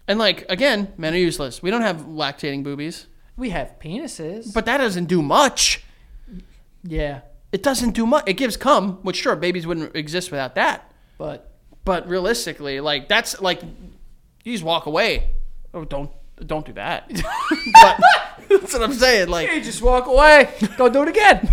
S3: And like again, men are useless. We don't have lactating boobies,
S2: we have penises.
S3: but that doesn't do much.
S2: yeah,
S3: It doesn't do much. It gives cum, which sure babies wouldn't exist without that.
S2: but
S3: But realistically, like that's like you just walk away. Oh, don't don't do that. but that's what I'm saying. Like
S2: you just walk away. Go do it again.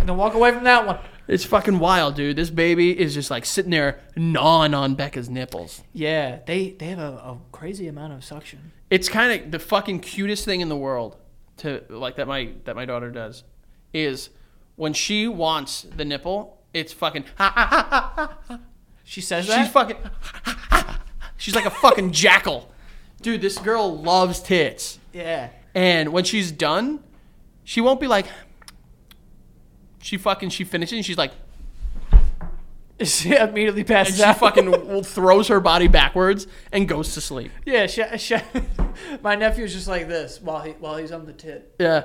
S2: And *laughs* then walk away from that one.
S3: it's fucking wild, dude. This baby is just like sitting there gnawing on Becca's nipples.
S2: Yeah, they they have a, a crazy amount of suction.
S3: It's kind of the fucking cutest thing in the world to like that my that my daughter does is when she wants the nipple, it's fucking
S2: She says that.
S3: She's fucking. she's like a fucking jackal, dude. This girl loves tits,
S2: yeah. *laughs*
S3: and when she's done, she won't be like. She fucking she finishes and she's like
S2: She immediately passes
S3: she
S2: out.
S3: fucking throws her body backwards and goes to sleep.
S2: yeah. She, she, *laughs* my nephew's just like this while he while he's on the tit,
S3: Yeah,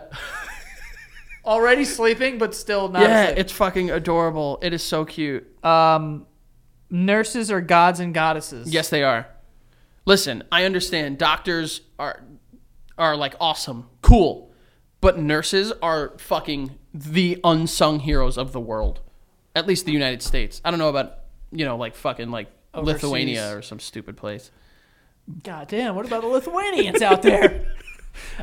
S2: already sleeping but still not.
S3: yeah,
S2: asleep.
S3: it's fucking adorable. It is so cute.
S2: um, nurses are gods and goddesses.
S3: Yes, they are. Listen, I understand doctors are are like awesome, cool, but nurses are fucking the unsung heroes of the world. At least the United States. I don't know about you know like fucking like
S2: Overseas.
S3: Lithuania or some stupid place.
S2: God damn. What about the Lithuanians out there?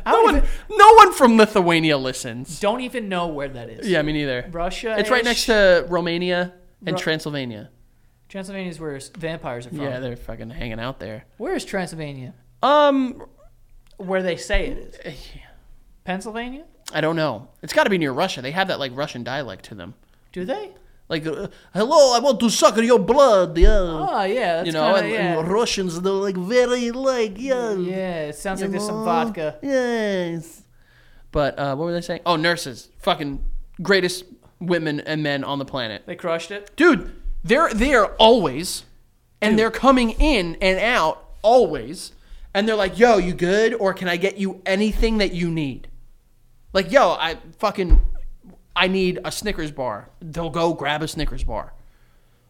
S2: I
S3: No
S2: don't,
S3: one,
S2: even,
S3: no one from Lithuania listens.
S2: don't even know where that is.
S3: Yeah, me neither.
S2: Russia.
S3: It's right next to Romania and
S2: Ru- Oh.
S3: Transylvania.
S2: Transylvania is where s- vampires are from.
S3: Yeah, they're fucking hanging out there.
S2: where is Transylvania?
S3: Um,
S2: Where they say it
S3: Eh,
S2: is. Pennsylvania?
S3: I don't know. It's got to be near Russia. They have that like Russian dialect to them.
S2: Do they?
S3: Like, uh, hello, I want to suck on your blood. Yeah.
S2: Oh yeah, that's
S3: you know,
S2: kinda,
S3: and,
S2: yeah.
S3: and Russians, they're like very, like, yeah.
S2: Yeah, it sounds
S3: you
S2: like there's some
S3: know?
S2: vodka.
S3: Yes. But uh, what were they saying? Oh, nurses. Fucking greatest women and men on the planet.
S2: They crushed it.
S3: Dude, they're there always, and they're coming in and out always, and they're like, yo, you good? Or can I get you anything that you need? Like, yo, I fucking, I need a Snickers bar. They'll go grab a Snickers bar.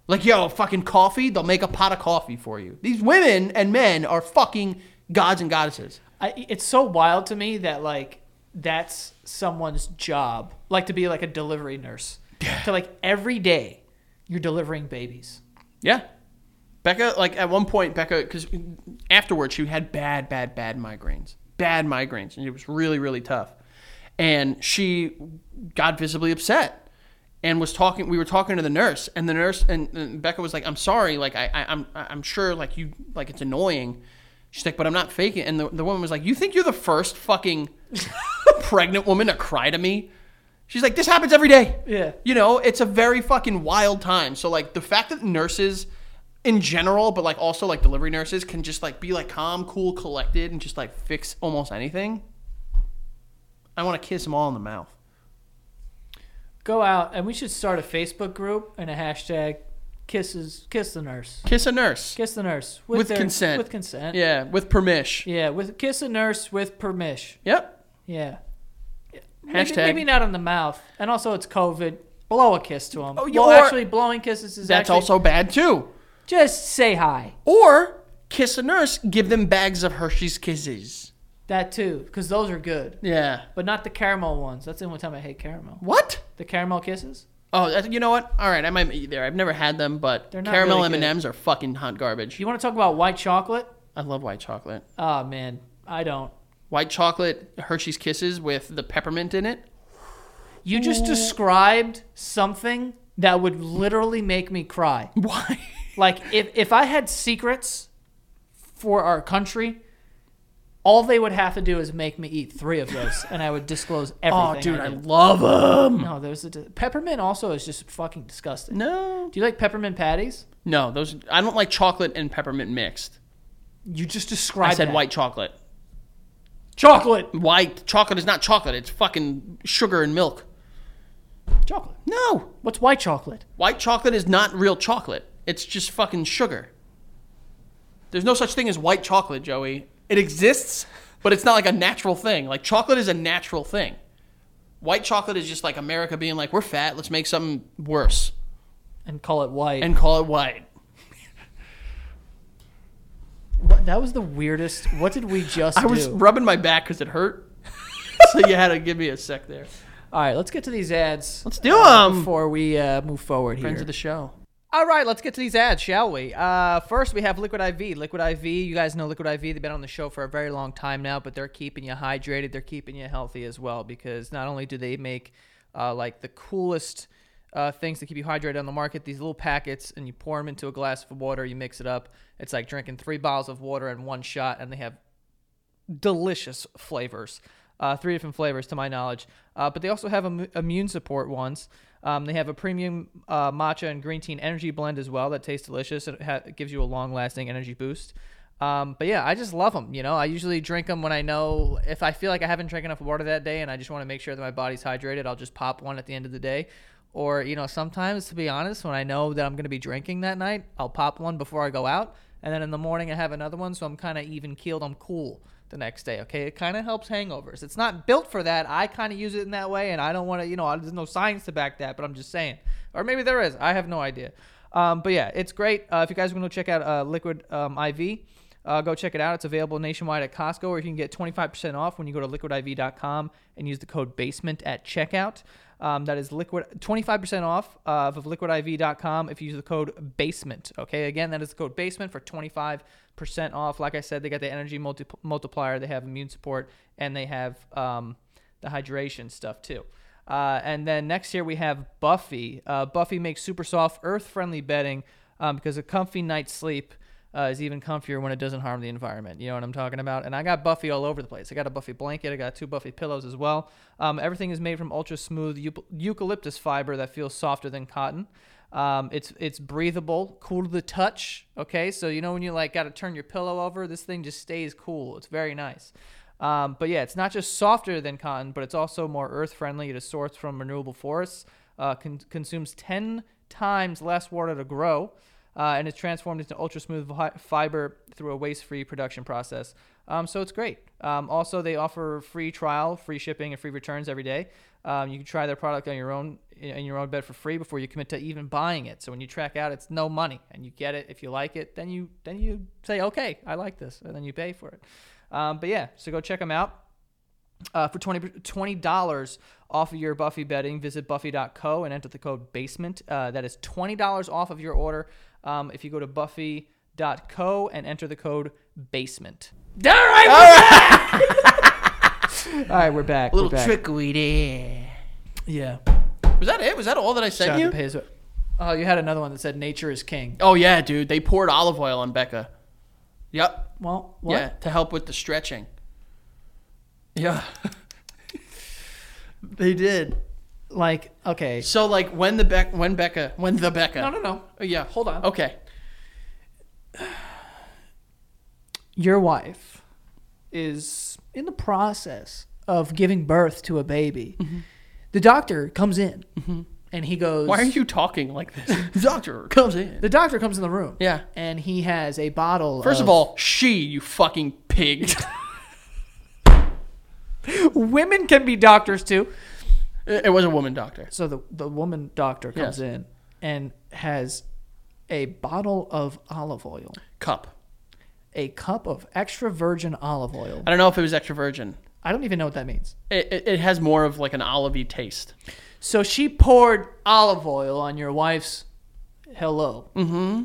S3: Like, yo, fucking coffee, they'll make a pot of coffee for you. These women and men are fucking gods and goddesses.
S2: I, it's so wild to me that like that's someone's job, like to be like a delivery nurse. To like every day, you're delivering babies.
S3: Yeah. Becca, like at one point, Becca, because afterwards she had bad, bad, bad migraines, bad migraines, and it was really, really tough. And she got visibly upset and was talking. We were talking to the nurse, and the nurse and, and Becca was like, "I'm sorry, like I, I, I'm, I'm sure, like you, like it's annoying." She's like, "But I'm not faking." it." And the, the woman was like, "You think you're the first fucking pregnant woman to cry to me?" She's like, "This happens every day."
S2: Yeah.
S3: You know, it's a very fucking wild time. So like the fact that nurses in general, but like also like delivery nurses can just like be like calm, cool, collected and just like fix almost anything. I want to kiss them all in the mouth.
S2: Go out and we should start a Facebook group and a hashtag kisses kiss the nurse.
S3: Kiss a nurse.
S2: Kiss the nurse
S3: With
S2: their-
S3: consent.
S2: With consent.
S3: yeah, with permission.
S2: Yeah, with kiss a nurse with permission.
S3: Yep.
S2: Yeah. Maybe,
S3: Hashtag.
S2: maybe not on the mouth. And also, it's COVID. Blow a kiss to him.
S3: Oh,
S2: Oh,
S3: you
S2: well,
S3: are-
S2: actually, blowing kisses is
S3: That's
S2: actually-
S3: also bad too.
S2: just say hi.
S3: Or kiss a nurse, give them bags of Hershey's kisses.
S2: That too, because those are good,
S3: Yeah.
S2: but not the caramel ones. That's the only time I hate caramel.
S3: What?
S2: The caramel kisses.
S3: Oh, that- you know what? All right, I might be there. I've never had them, but
S2: They're not
S3: caramel
S2: really good.
S3: M&Ms are fucking hot garbage.
S2: You want to talk about white chocolate?
S3: I love white chocolate.
S2: Oh man, I don't.
S3: white chocolate Hershey's Kisses with the peppermint in it.
S2: You just described something that would literally make me cry.
S3: Why?
S2: Like if if I had secrets for our country, all they would have to do is make me eat three of those, and I would disclose everything.
S3: *laughs* Oh, dude,
S2: I
S3: I
S2: do.
S3: love them.
S2: no, there's a di- peppermint. Also, is just fucking disgusting.
S3: No,
S2: Do you like peppermint patties?
S3: no, those I don't like chocolate and peppermint mixed.
S2: You just
S3: I,
S2: described.
S3: said
S2: that.
S3: white chocolate.
S2: chocolate.
S3: White chocolate is not chocolate. It's fucking sugar and milk.
S2: Chocolate.
S3: No,
S2: What's white chocolate?
S3: white chocolate is not real chocolate. It's just fucking sugar. There's no such thing as white chocolate, Joey. It exists, but it's not like a natural thing. Like chocolate is a natural thing. White chocolate is just like America being like, we're fat, let's make something worse
S2: and call it white.
S3: and call it white.
S2: What- that was the weirdest. What did we just
S3: *laughs* I was
S2: do?
S3: rubbing my back because it *laughs* hurt. so you had to give me a sec there.
S2: All right, let's get to these ads. Let's
S3: do um, 'em.
S2: before we uh, move forward here.
S3: Friends of the show.
S2: All right, let's get to these ads, shall we? Uh, first, we have Liquid IV. Liquid IV, you guys know Liquid IV. They've been on the show for a very long time now, but they're keeping you hydrated. They're keeping you healthy as well because not only do they make uh, like the coolest uh, things to keep you hydrated on the market, these little packets, and you pour them into a glass of water, you mix it up. It's like drinking three bottles of water in one shot, and they have delicious flavors. Uh, three different flavors, to my knowledge. Uh, but they also have Im- immune support ones. Um, they have a premium uh, matcha and green tea and energy blend as well that tastes delicious and it ha- gives you a long lasting energy boost. Um, but yeah, I just love them. You know, I usually drink them when I know if I feel like I haven't drank enough water that day and I just want to make sure that my body's hydrated, I'll just pop one at the end of the day. Or, you know, sometimes to be honest, when I know that I'm going to be drinking that night, I'll pop one before I go out. And then in the morning, I have another one. So I'm kind of even keeled. I'm cool the next day. Okay. It kind of helps hangovers. It's not built for that. I kind of use it in that way. And I don't want to, you know, there's no science to back that, but I'm just saying. Or maybe there is. I have no idea. Um, but yeah, it's great. Uh, if you guys want to go check out uh, Liquid um, IV, uh, go check it out. It's available nationwide at Costco, or you can get 25% off when you go to liquidiv.com and use the code BASEMENT at checkout. Um, that is liquid 25% off uh, of liquidiv.com if you use the code BASEMENT. Okay, again, that is the code BASEMENT for 25% off. Like I said, they got the energy multi- multiplier, they have immune support, and they have um, the hydration stuff too. Uh, and then next year we have Buffy. Uh, Buffy makes super soft, earth friendly bedding um, because a comfy night's sleep uh, is even comfier when it doesn't harm the environment. You know what I'm talking about? And I got Buffy all over the place. I got a Buffy blanket. I got two Buffy pillows as well. Um, everything is made from ultra smooth eu- eucalyptus fiber that feels softer than cotton. Um, it's it's breathable, cool to the touch. Okay, so you know when you like got to turn your pillow over, this thing just stays cool. It's very nice. Um, but yeah, it's not just softer than cotton, but it's also more earth friendly. It is sourced from renewable forests, uh, con- consumes 10 times less water to grow, uh, and it's transformed into ultra smooth vi- fiber through a waste free production process. Um, so it's great. Um, also, they offer free trial, free shipping, and free returns every day. Um, you can try their product on your own in your own bed for free before you commit to even buying it. So when you track out, it's no money, and you get it if you like it. Then you then you say, okay, I like this, and then you pay for it. Um, but yeah, so go check them out. Uh, for 20 dollars off of your Buffy bedding, visit Buffy.co and enter the code basement. Uh, that is twenty dollars off of your order um, if you go to Buffy.co and enter the code basement. All right, we're back. All right, we're back. we're back.
S3: we did.
S2: yeah.
S3: Was that it? Was that all that I sent
S2: Shout out
S3: you?
S2: to Paizo. Oh, you had another one that said "Nature is king."
S3: Oh yeah, dude. They poured olive oil on Becca. Yep.
S2: Well, what?
S3: Yeah, to help with the stretching. Yeah. *laughs* they did.
S2: Like, okay.
S3: So like when the Beck when Becca when the Becca.
S2: No, no, no.
S3: Oh, yeah.
S2: Hold on.
S3: Okay.
S2: your wife is in the process of giving birth to a baby,
S3: Mm-hmm.
S2: the doctor comes in and he goes,
S3: Why are you talking like this? *laughs* Doctor comes in.
S2: The doctor comes in the room.
S3: Yeah.
S2: And he has a bottle.
S3: First of all, she, you fucking pig.
S2: *laughs*
S3: *laughs*
S2: women can be doctors too.
S3: it it was a woman doctor.
S2: So the, the woman doctor comes
S3: Yes.
S2: in and has a bottle of olive oil,
S3: Cup.
S2: a cup of extra virgin olive oil.
S3: I don't know if it was extra virgin.
S2: I don't even know what that means.
S3: It, it, it has more of like an olivey taste.
S2: So she poured olive oil on your wife's hello. Mm-hmm.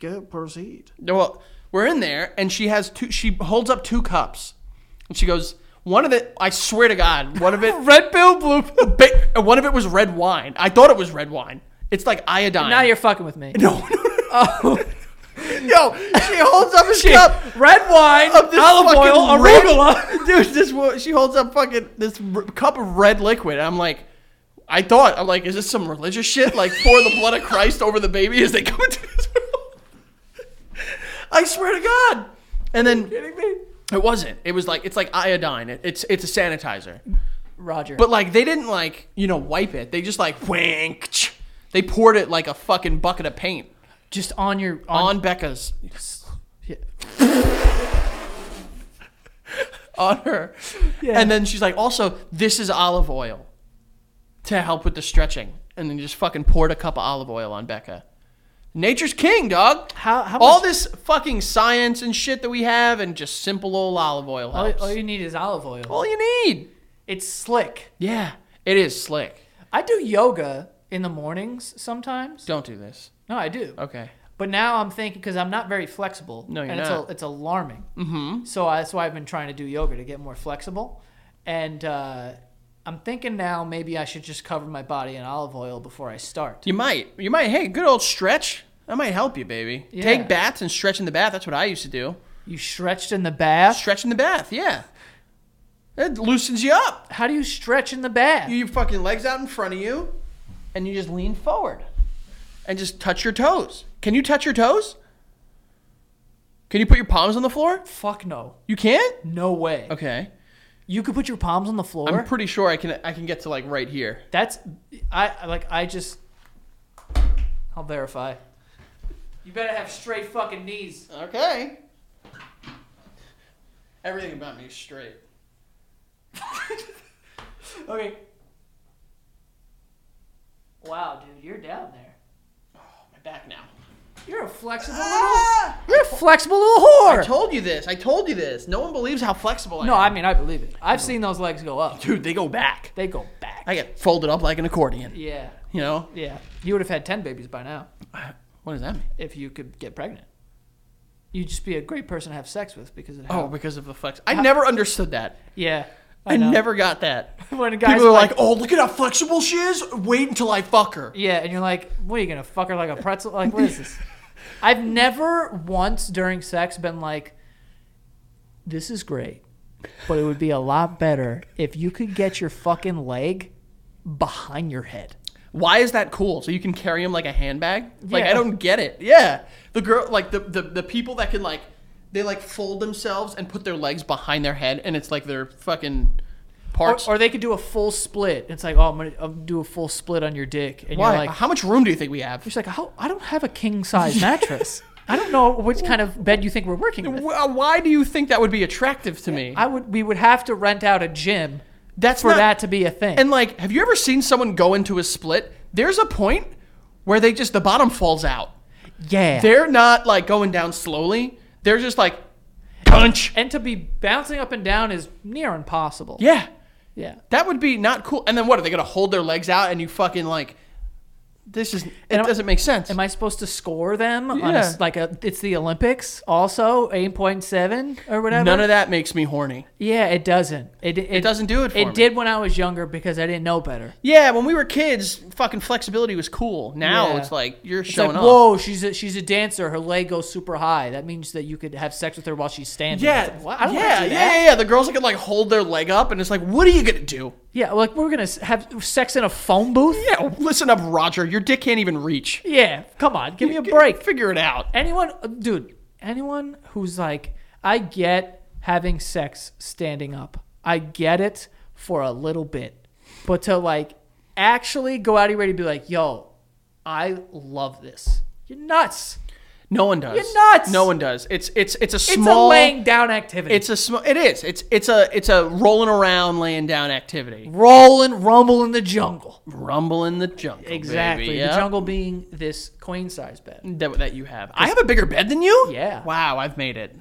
S2: Go proceed.
S3: Well, we're in there, and she has two. She holds up two cups, and she goes, "One of it, I swear to God, one of it,
S2: *laughs* Red pill, blue pill.
S3: *laughs* ba- one of it was red wine. I thought it was red wine. It's like iodine."
S2: Now
S3: *laughs*
S2: you're *laughs* Oh. fucking with me.
S3: no, no, no. yo, she
S2: *laughs*
S3: holds up his
S2: Shit.
S3: cup.
S2: Red wine,
S3: Of this
S2: olive
S3: fucking
S2: oil,
S3: red-
S2: arugula.
S3: *laughs* dude. This wo- she holds up fucking this r- cup of red liquid. And I'm like, I thought I'm like, is this some religious shit? Like pour the blood of Christ over the baby as they come into this world. *laughs* I swear to God. And then It wasn't. It was like it's like iodine. It, it's it's a sanitizer.
S2: Roger.
S3: But like they didn't like you know wipe it. They just like wink. tch. They poured it like a fucking bucket of paint
S2: just on your on,
S3: on Becca's.
S2: Yeah.
S3: on her.
S2: Yeah.
S3: And then she's like, also, this is olive oil to help with the stretching. And then just fucking poured a cup of olive oil on Becca. Nature's king, dog.
S2: How- how
S3: all
S2: much-
S3: this fucking science and shit that we have, and just simple old olive oil
S2: All,
S3: helps.
S2: all you need is olive oil.
S3: all you need.
S2: It's slick.
S3: Yeah, it is slick.
S2: I do yoga in the mornings sometimes.
S3: Don't do this.
S2: No, I do.
S3: Okay.
S2: But now I'm thinking because I'm not very flexible.
S3: No, you're
S2: and It's,
S3: not.
S2: a, it's alarming. Mm-hmm. So I, that's why I've been trying to do yoga to get more flexible. And uh, I'm thinking now maybe I should just cover my body in olive oil before I start.
S3: You might. You might. Hey, good old stretch. That might help you, baby.
S2: Yeah.
S3: Take baths and stretch in the bath. That's what I used to do.
S2: You stretched in the bath.
S3: Stretch in the bath. Yeah. It loosens you up.
S2: How do you stretch in the bath?
S3: You your fucking legs out in front of you, and you just lean forward, and just touch your toes. Can you touch your toes? Can you put your palms on the floor?
S2: Fuck no.
S3: You can.
S2: No way.
S3: Okay.
S2: You could put your palms on the floor.
S3: I'm pretty sure I can. I can get to like right here.
S2: That's I I- like I just I'll verify. You better have straight fucking knees.
S3: Okay. Everything about me is straight. *laughs*
S2: Okay. Wow, dude, you're down there.
S3: My back now.
S2: You're a
S3: *gasps*
S2: flexible
S3: Ah!
S2: little You're a flexible little whore.
S3: I told you this. I told you this. No one believes how flexible I
S2: no,
S3: am.
S2: I mean I believe it. I've seen those legs go up.
S3: Dude, they go back.
S2: They go back.
S3: I get folded up like an accordion.
S2: yeah.
S3: You know?
S2: Yeah. You would have had 10 babies by now
S3: What does that mean?
S2: if you could get pregnant. You'd just be a great person to have sex with because of how
S3: Oh, because of the flex. I never understood that.
S2: Yeah.
S3: I,
S2: know.
S3: never got that.
S2: when guys
S3: People are like, oh, look at how flexible she is. Wait until I fuck her.
S2: Yeah, and you're like, what are you gonna fuck her like a pretzel? Like, what is
S3: *laughs*
S2: this? I've never once during sex been like, this is great, but it would be a lot better if you could get your fucking leg behind your head.
S3: Why is that cool? So you can carry him like a handbag? Like,
S2: Yeah.
S3: I don't get it. Yeah. The girl, like, the, the, the people that can, like, they, like, fold themselves and put their legs behind their head, and it's like their fucking
S2: Or,
S3: parts.
S2: or they could do a full split. It's like, oh, I'm gonna I'll do a full split on your dick, and
S3: Why?
S2: you're like,
S3: how much room do you think we have?
S2: she's like, how, I don't have a king
S3: *laughs*
S2: size mattress. I don't know which kind of bed you think we're working with.
S3: Wh- uh, Why do you think that would be attractive to me?
S2: I would, we would have to rent out a gym
S3: That's
S2: for
S3: not-
S2: that to be a thing.
S3: And like, have you ever seen someone go into a split? There's a point where they just the bottom falls out.
S2: yeah,
S3: They're not like going down slowly. They're just like punch.
S2: and to be bouncing up and down is near impossible.
S3: Yeah,
S2: yeah.
S3: that would be not cool. And then what are they gonna hold their legs out and you fucking like? This is it
S2: And am-
S3: doesn't make sense.
S2: Am I supposed to score them on a
S3: Yeah.
S2: s like a? It's the Olympics, also eight point seven or whatever.
S3: None of that makes me horny.
S2: Yeah, it doesn't. It it,
S3: doesn't do it for
S2: it
S3: me.
S2: did when I was younger because I didn't know better.
S3: Yeah, when we were kids, fucking flexibility was cool. Now
S2: Yeah.
S3: it's like you're
S2: It's
S3: showing
S2: like,
S3: off.
S2: whoa, she's a, she's a dancer. Her leg goes super high. That means that you could have sex with her while she's standing. It's
S3: Yeah,
S2: like, what? I don't wanna
S3: yeah,
S2: do
S3: yeah,
S2: that.
S3: yeah, yeah. The girls that can like hold their leg up, and it's like, what are you gonna do?
S2: Yeah, like we're gonna s- have sex in a phone booth.
S3: Yeah, listen up, Roger. Your dick can't even reach.
S2: Yeah, come on, give me a break.
S3: Figure it out.
S2: anyone dude anyone who's like i get having sex standing up i get it for a little bit but to like actually go out of your way to be like yo i love this you're nuts
S3: No one does.
S2: You're nuts!
S3: No one does. It's it's it's a
S2: it's
S3: small.
S2: a laying down activity
S3: It's a small. It is. It's it's a it's a rolling around, laying down activity.
S2: rolling rumble in the jungle
S3: Rumble in the
S2: Oh,
S3: jungle.
S2: exactly
S3: baby,
S2: the
S3: yeah.
S2: jungle being this queen size *laughs* bed
S3: that, that you have. I have a bigger bed than you.
S2: Yeah.
S3: Wow, I've made it.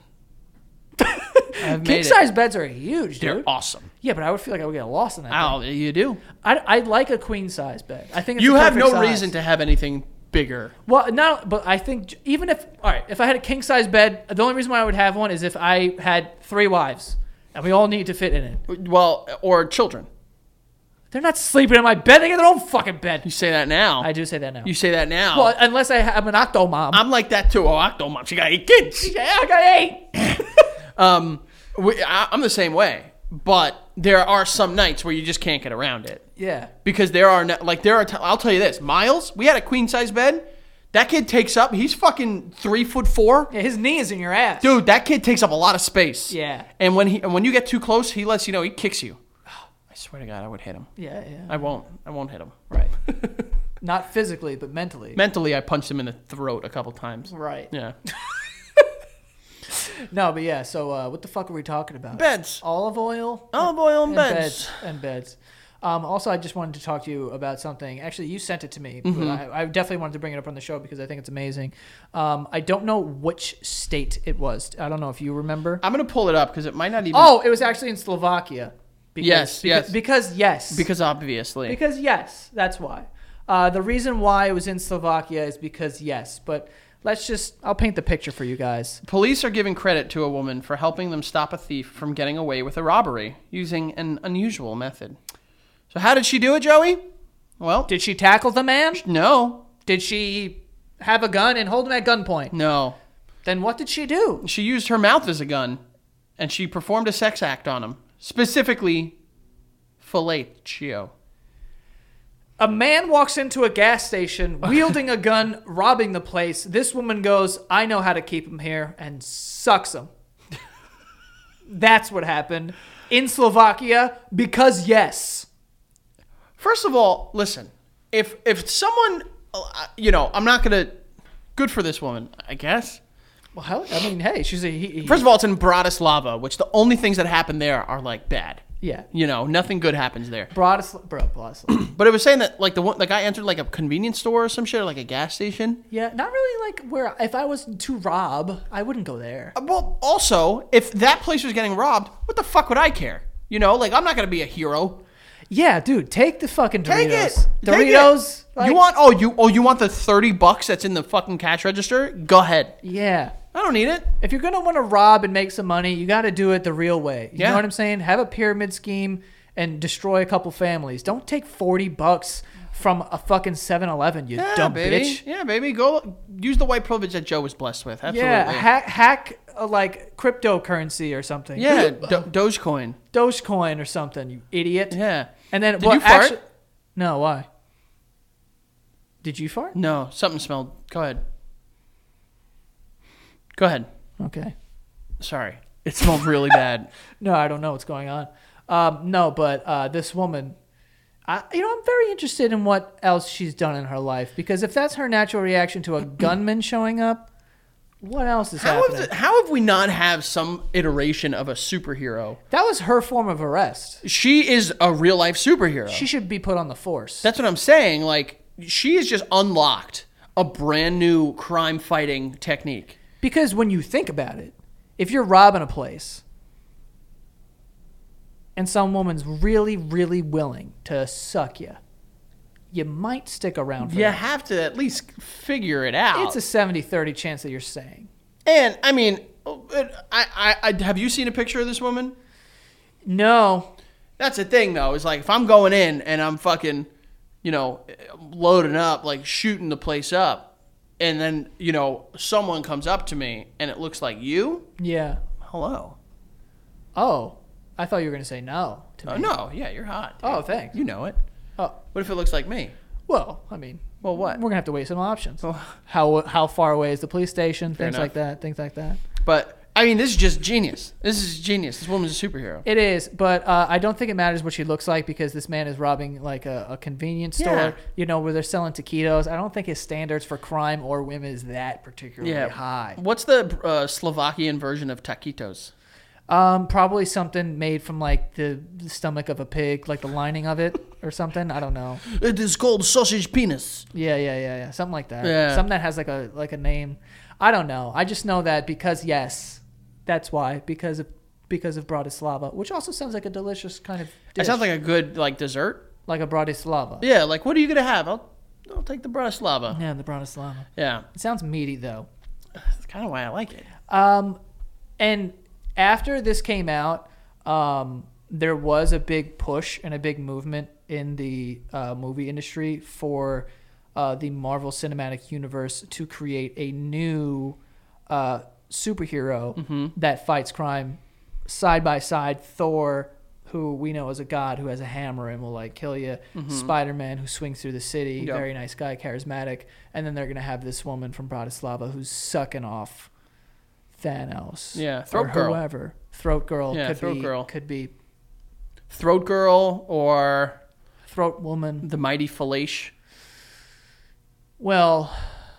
S3: I've made
S2: king
S3: it.
S2: size beds are huge
S3: They're
S2: dude
S3: awesome.
S2: yeah but i would feel like i would get lost in that thing.
S3: Wow, you do.
S2: I, I like a queen size bed i think it's
S3: You
S2: the
S3: have no
S2: perfect size.
S3: reason to have anything bigger.
S2: Well, not, but I think j- even if all right, if I had a king size bed, the only reason why I would have one is if I had three wives and we all need to fit in it.
S3: Well, or children.
S2: They're not sleeping in my bed; they got their own fucking
S3: You
S2: bed.
S3: say that now.
S2: I do say that now.
S3: You say that
S2: *laughs*
S3: now.
S2: well, unless I ha- I'm an octo mom.
S3: I'm like that too. Oh, Octo Mom, she got eight kids.
S2: *laughs* yeah, I got eight. *laughs*
S3: Um, we, I, I'm the same way, but there are some nights where you just can't get around it
S2: Yeah,
S3: because there are no, like there are. T- I'll tell you this, Miles. We had a queen size bed. That kid takes up. He's fucking three foot four.
S2: yeah. His knee is in your ass,
S3: Dude, that kid takes up a lot of space.
S2: Yeah.
S3: And when he and when you get too close, he lets you know he kicks you. *sighs* I swear to God, I would hit him.
S2: Yeah, yeah.
S3: I won't. I won't hit him.
S2: right. *laughs* not physically, but mentally. *laughs*
S3: Mentally, I punched him in the throat a couple times.
S2: right.
S3: Yeah.
S2: No, but yeah. So uh, what the fuck are we talking about?
S3: Beds.
S2: Olive oil.
S3: Olive oil and
S2: and
S3: beds.
S2: Oh, beds. And beds. Um, also, I just wanted to talk to you about something. Actually, you sent it to me. But
S3: Mm-hmm.
S2: I, I definitely wanted to bring it up on the show because I think it's amazing. Um, I don't know which state it was. I don't know if you remember.
S3: I'm gonna pull it up because it might not even.
S2: oh, it was actually in Slovakia. Because,
S3: Yes,
S2: because,
S3: yes.
S2: Because yes.
S3: because obviously.
S2: Because yes, that's why. Uh, the reason why it was in Slovakia is because yes. But let's just, I'll paint the picture for you guys.
S3: Police are giving credit to a woman for helping them stop a thief from getting away with a robbery using an unusual method. So how did she do it, Joey? Well,
S2: Did she tackle the man?
S3: no,
S2: Did she have a gun and hold him at gunpoint?
S3: no.
S2: Then what did she do?
S3: She used her mouth as a gun, and she performed a sex act on him, specifically fellatio.
S2: A man walks into a gas *laughs* station wielding a gun, robbing the place. This woman goes, I know how to keep him here, and sucks him. *laughs* That's what happened in Slovakia because yes.
S3: First of all, listen. If if someone, uh, you know, I'm not gonna. Good for this woman, I guess.
S2: Well, hell, I mean, hey, she's a. He, he-
S3: First of all, it's in Bratislava, which the only things that happen there are like bad.
S2: yeah.
S3: You know, nothing good happens there.
S2: Bratislava. Bro, Bratislava.
S3: But it was saying that like the one, the guy entered like a convenience store or some shit, or like a gas station.
S2: yeah, not really like where. If I was to rob, I wouldn't go there.
S3: Uh, Well, also, if that place was getting robbed, what the fuck would I care? You know, like I'm not gonna be a hero.
S2: Yeah, dude, take the fucking Doritos.
S3: Take it, Take it.
S2: Doritos. like-
S3: you want? Oh, you oh you want the thirty bucks that's in the fucking cash register? Go ahead.
S2: Yeah.
S3: I don't need it.
S2: If you're gonna want to rob and make some money, you got to do it the real way. You
S3: Yeah.
S2: know what I'm saying? Have a pyramid scheme and destroy a couple families. Don't take forty bucks from a fucking 7-Eleven, you
S3: Yeah,
S2: dumb
S3: baby.
S2: bitch.
S3: Yeah, baby. Go use the white privilege that Joe was blessed with. Absolutely.
S2: Yeah, hack, hack uh, like cryptocurrency or something.
S3: yeah. Do- Dogecoin.
S2: Dogecoin or something, you idiot.
S3: Yeah.
S2: And then
S3: Did
S2: well,
S3: you fart?
S2: actu- no, why? Did you fart?
S3: No, something smelled. Go ahead. Go ahead.
S2: Okay.
S3: Sorry. It smelled really bad.
S2: No, I don't know what's going on. Um, no, but uh, this woman, I, you know, I'm very interested in what else she's done in her life because if that's her natural reaction to a gunman showing up, what else is
S3: *laughs* How
S2: happening?
S3: have, how have we not have some iteration of a superhero?
S2: that was her form of arrest.
S3: She is a real life superhero.
S2: She should be put on the force.
S3: That's what I'm saying. Like she has just unlocked a brand new crime fighting technique.
S2: because when you think about it, if you're robbing a place and some woman's really, really willing to suck you, you might stick around for
S3: You
S2: that.
S3: have to at least figure it out.
S2: It's a 70 30 chance that you're saying.
S3: and I mean, I, I, I have you seen a picture of this woman?
S2: No,
S3: That's the thing though. Is like if I'm going in and I'm fucking, you know, loading up, like shooting the place up, and then you know someone comes up to me and it looks like you.
S2: Yeah.
S3: Hello.
S2: Oh, I thought you were gonna say no to me.
S3: Oh, no, yeah, you're hot. dude.
S2: Oh, thanks.
S3: You know it.
S2: Oh,
S3: What if it looks like me?
S2: well, I mean,
S3: Well, what?
S2: we're gonna have to wait some options.
S3: Oh.
S2: How how far away is the police station? things
S3: enough.
S2: like that. Things like that.
S3: But I mean, this is just genius. This is genius. This woman's a superhero.
S2: It is, but uh, I don't think it matters what she looks like because this man is robbing like a, a convenience store,
S3: Yeah.
S2: you know, where they're selling taquitos. I don't think his standards for crime or women is that particularly high.
S3: What's the uh, Slovakian version of taquitos?
S2: Um, probably something made from like the the stomach of a pig, like the lining of it or something. I don't know.
S3: It is called sausage penis.
S2: Yeah, yeah, yeah, yeah. Something like that.
S3: Yeah.
S2: Something that has like a like a name. I don't know. I just know that because yes, that's why because of because of Bratislava, which also sounds like a delicious kind of dish,
S3: It sounds like a good like dessert.
S2: like a Bratislava.
S3: Yeah, like what are you gonna have? I'll I'll take the *laughs* Bratislava.
S2: Yeah, the Bratislava.
S3: Yeah,
S2: It sounds meaty though.
S3: that's kind of why I like it.
S2: Um, and after this came out, um, there was a big push and a big movement in the uh, movie industry for uh, the Marvel Cinematic Universe to create a new uh, superhero that fights crime side by side. Thor, who we know is a god who has a hammer and will like kill you. Spider Man, who swings through the city,
S3: Yep.
S2: very nice guy, charismatic. And then they're gonna have this woman from Bratislava who's sucking off Thanos.
S3: Yeah,
S2: or
S3: Throat Girl.
S2: Whoever. Throat girl.
S3: Yeah,
S2: could
S3: Throat
S2: be,
S3: Girl.
S2: Could be
S3: Throat girl or
S2: throat woman.
S3: the mighty Felish?
S2: Well,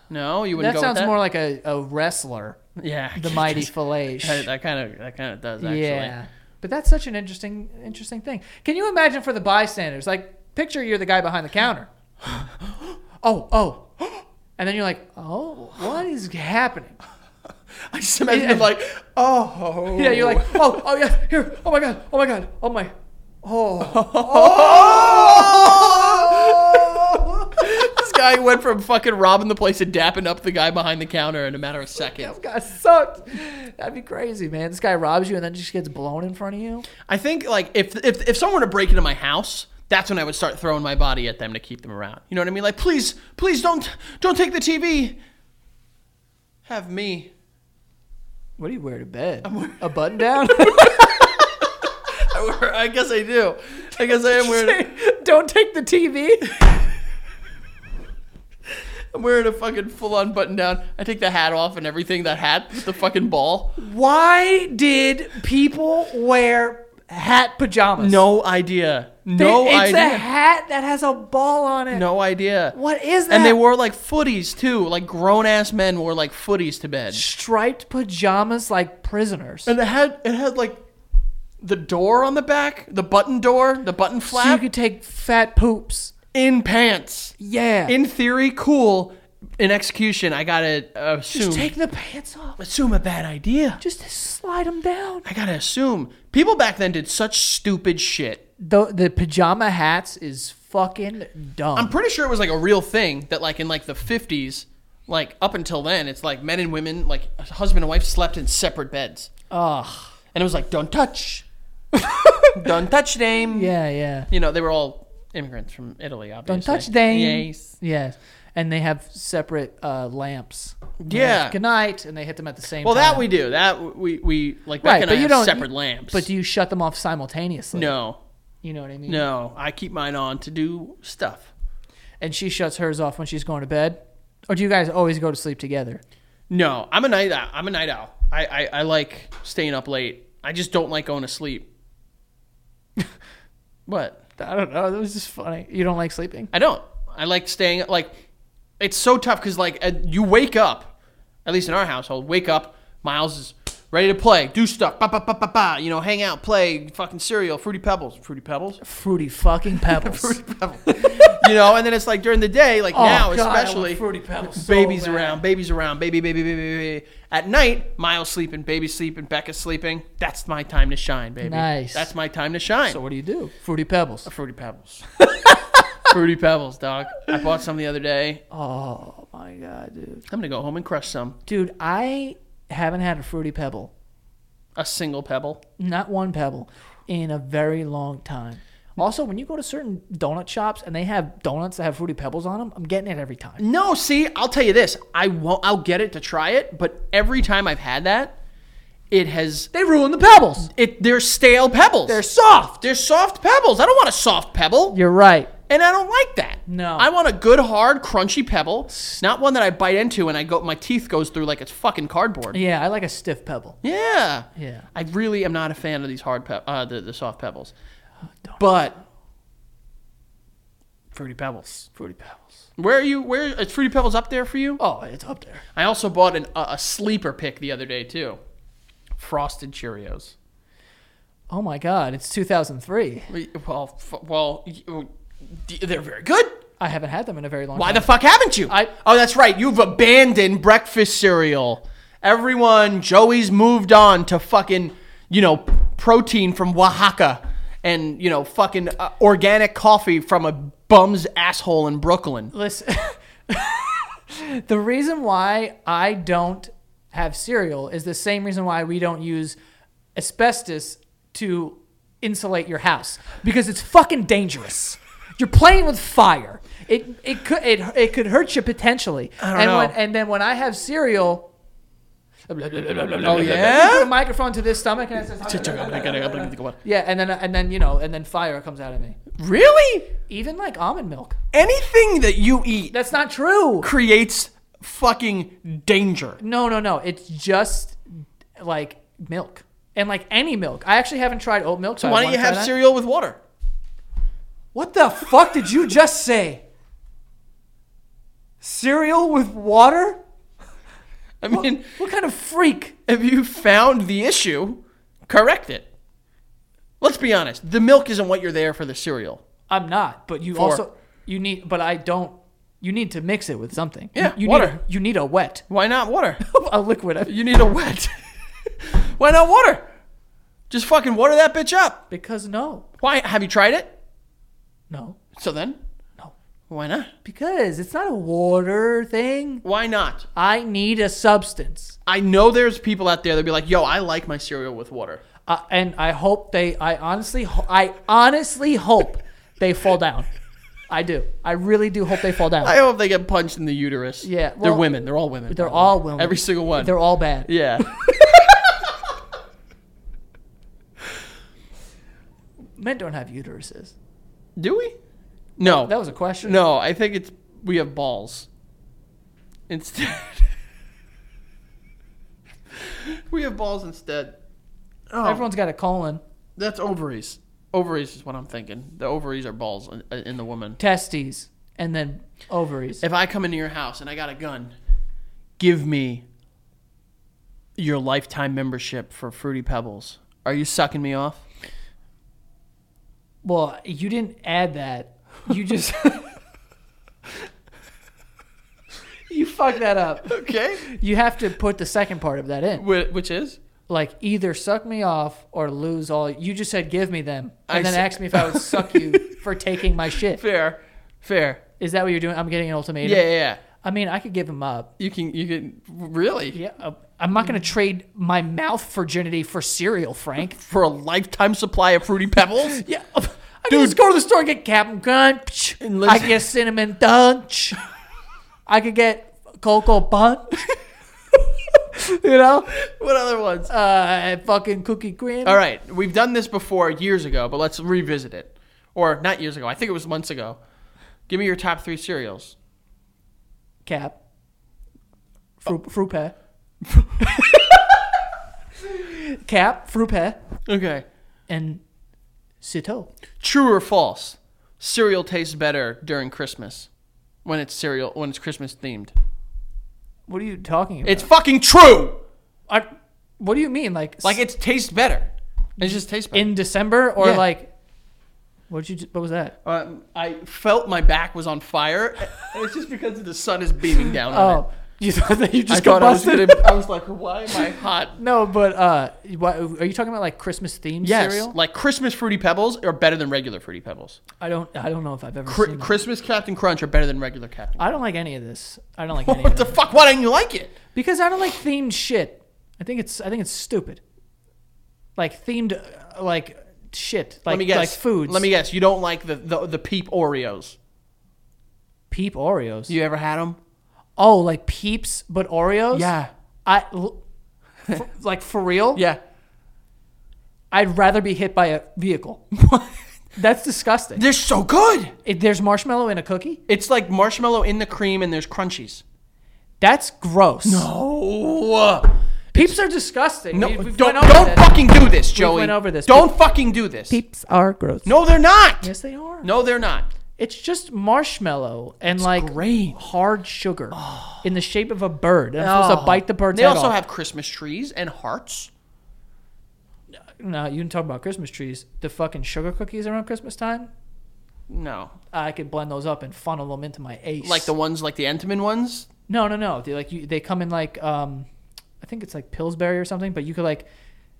S3: No, you wouldn't
S2: that
S3: go
S2: sounds
S3: with that.
S2: more like a, a wrestler.
S3: Yeah, *laughs*
S2: the mighty fillet.
S3: That that kind of that kind of does actually.
S2: Yeah. But that's such an interesting interesting thing. Can you imagine for the bystanders? Like picture you're the guy behind the
S3: *gasps*
S2: counter. oh, *gasps* oh. And then you're like, "Oh, what is happening?"
S3: *laughs* I just imagine him like, oh,
S2: Yeah,
S3: *laughs*
S2: you're like, "Oh, oh yeah, here. Oh my god. Oh my god. Oh my. Oh.
S3: oh! this guy went from fucking robbing the place to dapping up the guy behind the counter in a matter of seconds.
S2: I've got sucked." That'd be crazy, man. This guy robs you and then just gets blown in front of you.
S3: I think like if if if someone were to break into my house, that's when I would start throwing my body at them to keep them around. You know what I mean? Like, please, please don't don't take the TV. Have me. *laughs*
S2: What do you wear to bed? A button down?
S3: I, I guess I do. I guess I
S2: *laughs*
S3: am wearing.
S2: Don't take the TV.
S3: I'm wearing a fucking full-on button-down. I take the hat off and everything. That hat, the fucking ball.
S2: Why did people wear hat pajamas?
S3: No idea.
S2: They-
S3: No
S2: it's
S3: idea.
S2: a hat that has a ball on it.
S3: No idea.
S2: What is that?
S3: And they wore like footies too. Like grown-ass men wore like footies to bed.
S2: striped pajamas like prisoners.
S3: And it had it had like the door on the back, the button door, the button
S2: so you
S3: flap
S2: could take fat poops.
S3: in pants.
S2: Yeah.
S3: In theory, cool. In execution, I gotta assume
S2: Just take the pants off.
S3: assume a bad idea.
S2: Just slide them down.
S3: I gotta assume people back then did such stupid shit.
S2: The, the pajama hats is fucking dumb.
S3: I'm pretty sure it was like a real thing that like in like the 50s, like up until then, it's like men and women, like husband and wife, slept in separate beds,
S2: Ugh.
S3: and it was like don't touch, *laughs* don't touch them.
S2: Yeah, yeah.
S3: You know they were all immigrants from Italy, obviously.
S2: Don't touch them.
S3: Yes.
S2: Yes. And they have separate uh, lamps.
S3: Yeah.
S2: Good night. And they hit them at the same
S3: Well,
S2: time.
S3: that we do. That we we like back
S2: Right,
S3: and
S2: but
S3: I
S2: you
S3: have
S2: don't-
S3: separate
S2: you-
S3: lamps.
S2: But do you shut them off simultaneously?
S3: no,
S2: You know what I mean?
S3: no. I keep mine on to do stuff.
S2: And she shuts hers off when she's going to bed? Or do you guys always go to sleep together?
S3: No, I'm a night. owl. I'm a night owl. I, I I like staying up late. I just don't like going
S2: *laughs*
S3: to sleep. what?
S2: I don't know. That was just funny. You don't like sleeping?
S3: I don't. I like staying like it's so tough because like uh, you wake up, at least in our household, wake up. Miles is ready to play, do stuff, ba ba ba ba ba. You know, hang out, play, fucking cereal, fruity pebbles, fruity
S2: *laughs*
S3: pebbles,
S2: Fruity fucking pebbles.
S3: fruity pebbles. you know, and then it's like during the day, like
S2: *laughs* Oh,
S3: now
S2: God, I want
S3: especially,
S2: fruity pebbles. so
S3: babies
S2: bad.
S3: around, babies around, baby, baby, baby, baby. baby. At night, Miles sleeping, baby sleeping, Becca's sleeping. That's my time to shine, baby.
S2: Nice.
S3: That's my time to shine.
S2: So what do you do? Fruity pebbles.
S3: Fruity Pebbles. *laughs* Fruity Pebbles, dog. I bought some the other day.
S2: Oh my god, dude.
S3: I'm gonna go home and crush some.
S2: Dude, I haven't had a fruity pebble,
S3: A single pebble.
S2: not one pebble, in a very long time. Also, when you go to certain donut shops and they have donuts that have fruity pebbles on them, I'm getting it every time.
S3: No, see, I'll tell you this. I won't. I'll get it to try it, but every time I've had that, it has.
S2: They ruin the pebbles.
S3: It they're stale pebbles.
S2: They're soft.
S3: They're soft pebbles. I don't want a soft pebble,
S2: You're right.
S3: and I don't like that.
S2: No.
S3: I want a good, hard, crunchy pebble, not one that I bite into and I go. My teeth goes through like it's fucking cardboard.
S2: Yeah, I like a stiff pebble.
S3: Yeah.
S2: Yeah.
S3: I really am not a fan of these hard pe- uh, the, the soft pebbles.
S2: Oh,
S3: But fruity pebbles.
S2: Fruity pebbles.
S3: Where are you? Where is fruity pebbles up there for you?
S2: Oh, it's up there.
S3: I also bought an, a, a sleeper pick the other day too. Frosted Cheerios.
S2: Oh my god, it's 2003.
S3: We- Well, f- well, y- d- they're very good.
S2: I haven't had them in a very long
S3: Why
S2: time.
S3: the fuck haven't you?
S2: I-
S3: oh, that's right. You've abandoned breakfast cereal. Everyone, Joey's moved on to fucking, you know, protein from Oaxaca and, you know, fucking uh, organic coffee from a bum's asshole in Brooklyn.
S2: Listen, *laughs* the reason why I don't have cereal is the same reason why we don't use asbestos to insulate your house because it's fucking dangerous. You're playing with fire. It it could it, it could hurt you potentially. I
S3: don't
S2: and
S3: know.
S2: When, and then when I have cereal,
S3: Oh,
S2: I put
S3: yeah?
S2: a microphone to this stomach and it says, yeah, and then and then you know, and then fire comes out of me.
S3: Really?
S2: Even like almond milk.
S3: Anything that you eat
S2: That's not true.
S3: creates fucking danger.
S2: No, no, no. It's just like milk and like any milk. I actually haven't tried oat milk. So I
S3: Why don't
S2: wanna
S3: you
S2: try
S3: have
S2: that.
S3: cereal with water?
S2: What the fuck did you just say? Cereal with water?
S3: I mean, *laughs*
S2: What kind of freak?
S3: if you found the issue, correct it. Let's be honest. The milk isn't what you're there for the cereal.
S2: I'm not. But you also you need. But I don't. You need to mix it with something.
S3: Yeah,
S2: You, you
S3: water.
S2: Need a, you need a wet. *laughs*
S3: Why not water?
S2: a liquid. I-
S3: You need a wet. *laughs* Why not water? Just fucking water that bitch up.
S2: Because no,
S3: Why? Have you tried it?
S2: no,
S3: So then,
S2: no.
S3: why not?
S2: Because it's not a water thing.
S3: Why not?
S2: I need a substance,
S3: I know there's people out there that be like, "Yo, I like my cereal with water."
S2: uh, and I hope they. I honestly, ho- I honestly hope they fall down. I do. I really do hope they fall down.
S3: I hope they get punched in the uterus.
S2: Yeah,
S3: they're
S2: well-
S3: women. They're all women.
S2: They're all women.
S3: Every single one.
S2: They're all bad.
S3: yeah.
S2: Men don't have uteruses.
S3: *laughs* Do we? No.
S2: That was a question.
S3: No, I think it's we have balls. Instead, *laughs* we have balls instead. Oh,
S2: Everyone's got a colon,
S3: that's ovaries. Ovaries is what I'm thinking. The ovaries are balls in, uh, in the woman.
S2: testes, and then ovaries.
S3: If I come into your house and I got a gun, give me your lifetime membership for Fruity Pebbles. Are you sucking me off?
S2: Well, you didn't add that. You
S3: *laughs*
S2: just you fucked that up.
S3: Okay.
S2: You have to put the second part of that in.
S3: Which is?
S2: Like either suck me off or lose all. You just said give me them, and
S3: I
S2: then
S3: see.
S2: asked me if I
S3: *laughs*
S2: would suck you for taking my shit.
S3: Fair. Fair.
S2: Is that what you're doing? I'm getting an ultimatum.
S3: Yeah, yeah, yeah.
S2: I mean, I could give him up.
S3: You can, you can, really?
S2: Yeah. uh, I'm not going to trade my mouth virginity for cereal,
S3: *laughs*
S2: Frank.
S3: For a lifetime supply of Fruity Pebbles?
S2: *laughs* Yeah. I can just go to the store and get Captain Crunch.
S3: And
S2: I
S3: listen-
S2: could get Cinnamon
S3: *laughs*
S2: Dunch. I could get Cocoa Punch. *laughs* you know?
S3: what other ones?
S2: Uh, fucking Cookie Cream.
S3: All right, we've done this before years ago, but let's revisit it. Or not years ago. I think it was months ago. Give me your top three cereals.
S2: Cap. Fruit, fruit *laughs* Pie. Cap, Fruit Pie,
S3: Okay.
S2: and Sito.
S3: True or false? Cereal tastes better during Christmas when it's cereal when it's Christmas themed.
S2: What are you talking about?
S3: It's fucking true.
S2: I, what do you mean? Like,
S3: Like it tastes better. It just tastes better.
S2: in December or
S3: Yeah.
S2: like, what you? ju- What was that?
S3: Um, I felt my back was on fire. *laughs* it's just because the sun is beaming down on it.
S2: Oh, you *laughs* thought that you
S3: I
S2: just
S3: thought
S2: got
S3: I was
S2: busted?
S3: gonna, I was like, why am *laughs* I hot?
S2: *laughs* No, but uh, what, are you talking about like Christmas themed
S3: Yes,
S2: cereal?
S3: like Christmas Fruity Pebbles are better than regular Fruity Pebbles.
S2: I don't, I don't know if I've ever
S3: Cri-
S2: seen. it.
S3: Christmas Captain Crunch are better than regular Captain.
S2: I don't like any of this. I don't
S3: *laughs*
S2: like any
S3: What
S2: of
S3: the
S2: it
S3: fuck? Why don't you like it?
S2: because I don't like themed shit. I think it's, I think it's stupid. Like themed, uh, like shit, like
S3: Let me guess.
S2: like foods.
S3: Let me guess. You don't like the the, the Peep Oreos.
S2: peep Oreos.
S3: You ever had them?
S2: Oh, like peeps, but Oreos.
S3: Yeah.
S2: I. l- *laughs* for- like for real?
S3: Yeah.
S2: I'd rather be hit by a
S3: *laughs*
S2: vehicle. That's disgusting.
S3: They're so good.
S2: If there's marshmallow in a cookie.
S3: It's like marshmallow in the cream, and there's crunchies.
S2: That's gross.
S3: No.
S2: Peeps are disgusting.
S3: No.
S2: We- we've
S3: don't
S2: went over
S3: don't
S2: this.
S3: fucking do this, Joey.
S2: went over this.
S3: Don't fucking do this.
S2: Peeps are gross.
S3: No, they're not.
S2: Yes, they are.
S3: No, they're not.
S2: It's just marshmallow and like
S3: great. Oh.
S2: hard sugar in the shape of a bird. And I'm supposed to bite the bird's
S3: They
S2: head
S3: also
S2: off.
S3: have Christmas trees and hearts.
S2: No, you didn't talk about Christmas trees. The fucking sugar cookies around Christmas time.
S3: No,
S2: I could blend those up and funnel them into my ace.
S3: like the ones like the Entenmann ones.
S2: No, no, no. They like you, they come in like um, I think it's like Pillsbury or something. But you could like,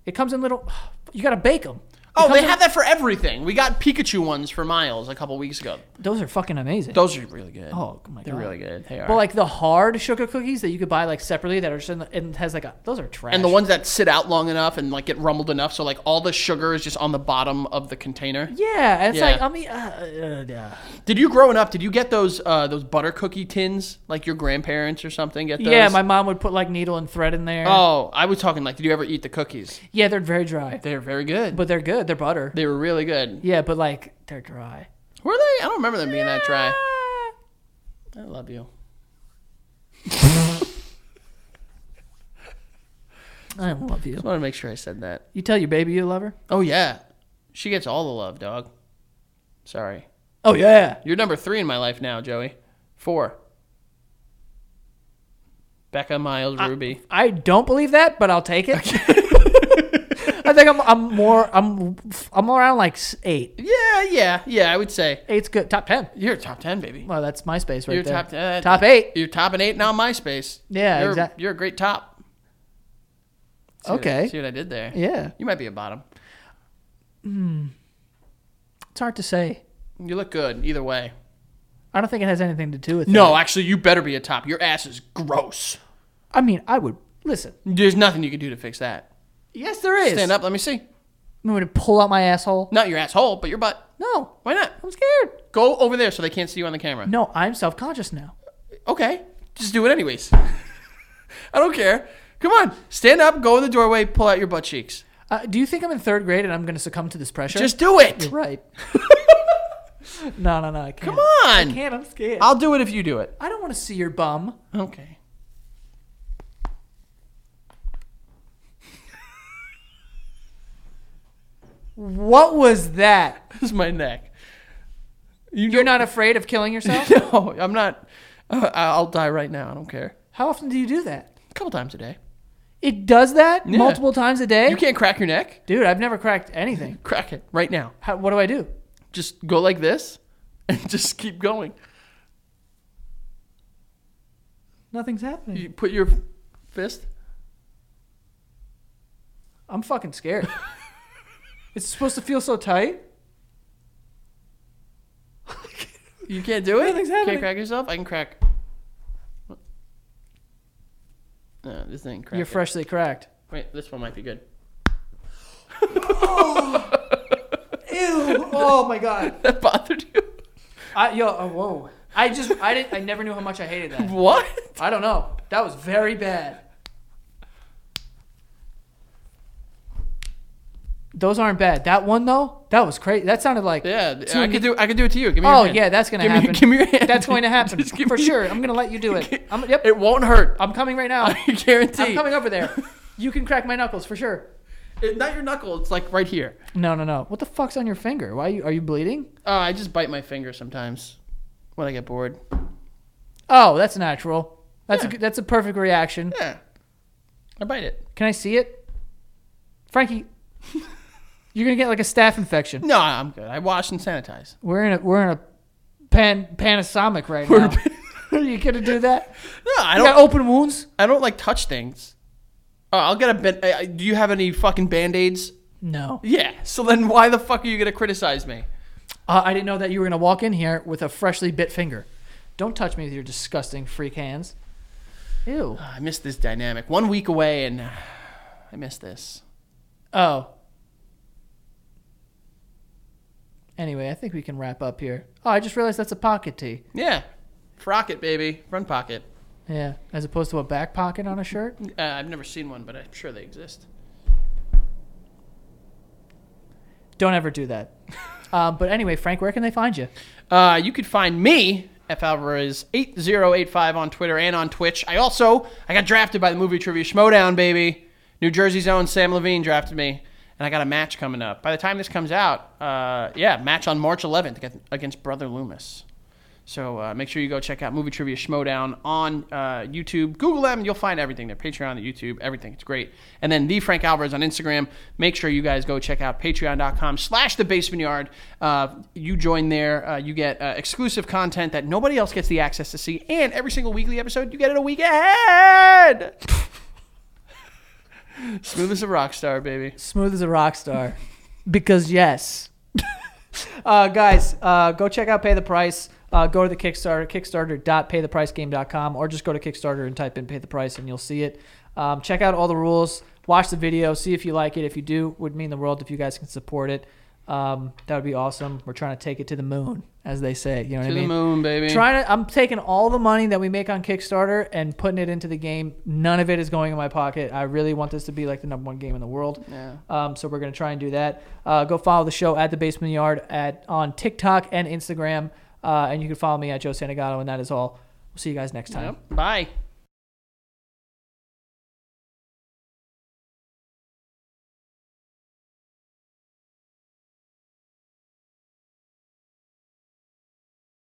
S2: it comes in little. *sighs* You gotta bake them.
S3: Oh, they have that for everything. We got Pikachu ones for Miles a couple weeks ago.
S2: Those are fucking amazing.
S3: Those are really good.
S2: oh my god,
S3: they're really good. They are.
S2: But like the hard sugar cookies that you could buy like separately that are just in the, and has like a those are trash.
S3: and the ones that sit out long enough and like get rumbled enough, so like all the sugar is just on the bottom of the container.
S2: yeah, and it's
S3: Yeah.
S2: like I mean, uh, uh, uh,
S3: Did you growing up? Did you get those uh, those butter cookie tins like your grandparents or something? Get those?
S2: yeah, my mom would put like needle and thread in there.
S3: Oh, I was talking like, did you ever eat the cookies?
S2: yeah, they're very dry,
S3: They're very good,
S2: but they're good. They're butter.
S3: they were really good.
S2: yeah, but like they're dry.
S3: Were they? I don't remember them being that dry. I love you.
S2: I love you.
S3: I want to make sure I said that.
S2: You tell your baby you love her.
S3: Oh yeah, she gets all the love, dog. Sorry,
S2: Oh yeah.
S3: you're number three in my life now, Joey. Four. Becca Miles
S2: Ah.
S3: Ruby.
S2: I don't believe that, but I'll take it. I think I'm, I'm more I'm I'm around like s- eight.
S3: yeah, yeah, yeah. I would say
S2: Eight's good. Top ten.
S3: you're top ten, baby.
S2: Well, that's MySpace right
S3: You're
S2: there.
S3: top ten.
S2: top eight.
S3: You're top and eight now. on MySpace.
S2: Yeah,
S3: you're,
S2: exact-
S3: you're a great top. See what-
S2: Okay.
S3: see what I did there?
S2: Yeah,
S3: You might be a bottom.
S2: it's hard to say.
S3: You look good either way.
S2: I don't think it has anything to do with it.
S3: No, actually, you better be a top. Your ass is gross.
S2: I mean, I would listen.
S3: There's nothing you can do to fix that.
S2: Yes, there is.
S3: Stand up. Let me see.
S2: You want me to pull out my asshole?
S3: Not your asshole, but your butt.
S2: No,
S3: Why not?
S2: I'm scared.
S3: Go over there so they can't see you on the camera.
S2: No, I'm self conscious now.
S3: Okay, just do it anyways. *laughs* I don't care. Come on, stand up, go in the doorway, pull out your butt cheeks.
S2: Uh, do you think I'm in third grade and I'm going to succumb to this pressure?
S3: Just do it.
S2: You're *laughs* right. no, no, no. I can't.
S3: Come on.
S2: I can't. I'm scared. I'll-
S3: I'll do it if you do it.
S2: I do not want to see your bum.
S3: Okay. *laughs*
S2: What was that?
S3: This is my neck. You
S2: You're not afraid of killing *laughs*
S3: *laughs*
S2: yourself?
S3: No, I'm not. Uh, I'll die right now. I don't care.
S2: How often do you do that?
S3: A couple times a day.
S2: It does that
S3: Yeah.
S2: multiple times a day?
S3: You can't crack your neck.
S2: Dude, I've never cracked anything.
S3: Crack it right now.
S2: How, what do I do?
S3: Just go like this, and *laughs* just keep going.
S2: Nothing's happening.
S3: You put your fist.
S2: I'm fucking *laughs* scared. it's supposed to feel so tight.
S3: You can't do it.
S2: Nothing's happening.
S3: Can't crack yourself. I can crack. No, this thing crack.
S2: You're
S3: it.
S2: freshly cracked.
S3: Wait, this one might be good. *laughs*
S2: Ew! Oh my god!
S3: That bothered you?
S2: I, yo, oh, whoa! I just, I didn't, I never knew how much I hated that.
S3: What?
S2: I don't know. That was very bad. Those aren't bad. That one though, that was crazy. That sounded like
S3: Yeah,
S2: Two
S3: I
S2: me-
S3: could do. I could do it to you. Give me.
S2: Oh
S3: your hand.
S2: yeah, that's gonna
S3: Give me-
S2: happen.
S3: give me your
S2: *laughs*
S3: hand.
S2: That's going
S3: *laughs*
S2: to *laughs* happen
S3: Just give
S2: for
S3: me-
S2: sure. I'm gonna let you do *laughs* it.
S3: *laughs*
S2: I'm, yep,
S3: It won't hurt.
S2: I'm coming right *laughs* now.
S3: *laughs* I guarantee.
S2: I'm coming over *laughs* there. You can crack my knuckles for sure.
S3: It- not your knuckle. It's like right here.
S2: No, no, no. What the fuck's on your finger? Why are you, are you bleeding?
S3: Oh, I just bite my finger sometimes when I get bored.
S2: Oh, that's natural. That's a
S3: Yeah.
S2: good- that's a perfect reaction.
S3: Yeah, I bite it.
S2: Can I see it, *laughs* Frankie? you're gonna get like a staph infection.
S3: No, I'm good. I wash and sanitize.
S2: We're in a we're in a pan Panasonic right *laughs*
S3: *laughs*
S2: now. are you gonna do that?
S3: No, I
S2: You
S3: don't.
S2: got open wounds?
S3: I don't like touch things. Oh, I'll get a band. I- I- Do you have any fucking band aids?
S2: No.
S3: Yeah. So then, why the fuck are you gonna criticize me?
S2: Uh, I didn't know that you were gonna walk in here with a freshly bit finger. Don't touch me with your disgusting freak hands. Ew.
S3: Ah, I miss this dynamic. One week away, and uh, I miss this.
S2: Oh. Anyway, I think we can wrap up here. Oh, I just realized that's a pocket tee.
S3: Yeah, frock it, baby, front pocket.
S2: Yeah, as opposed to a back pocket on a shirt.
S3: Uh, I've never seen one, but I'm sure they exist.
S2: Don't ever do that.
S3: *laughs*
S2: um, but anyway, Frank, where can they find you?
S3: Uh, you could find me F Alvarez eight zero eight five on Twitter and on Twitch. I also I got drafted by the movie trivia Schmodown, baby. New Jersey's own Sam Levine drafted me, and I got a match coming up. By the time this comes out, uh, yeah, match on March 11th against- against Brother Loomis. So uh, make sure you go check out Movie Trivia Schmodown on uh, YouTube. Google them, you'll find everything there. Patreon, the YouTube, everything. It's great. And then the Frank Alvarez on Instagram. Make sure you guys go check out patreon.com slash the basement yard. Uh, you join there. Uh, you get uh, exclusive content that nobody else gets the access to see. And every single weekly episode, you get it a week ahead. *laughs* Smooth as a rock star, baby.
S2: Smooth as a rock star. because
S3: *laughs*
S2: yes. uh, guys, uh, go check out Pay the Price. Uh, go to the Kickstarter, kickstarter.paythepricegame.com, or just go to Kickstarter and type in Pay the Price and you'll see it. Um, check out all the rules. Watch the video. See if you like it. If you do, would mean the world if you guys can support it. Um, that would be awesome. We're trying to take it to the moon, as they say. You know what
S3: To
S2: I mean?
S3: the moon, baby.
S2: Trying to, I'm taking all the money that we make on Kickstarter and putting it into the game. None of it is going in my pocket. I really want this to be like the number one game in the world.
S3: Yeah.
S2: Um, so we're gonna try and do that. Uh, go follow the show at the Basement Yard at on TikTok and Instagram, uh, and you can follow me at Joe Santagato, and that is all. We'll see you guys next time.
S3: Yep. Bye.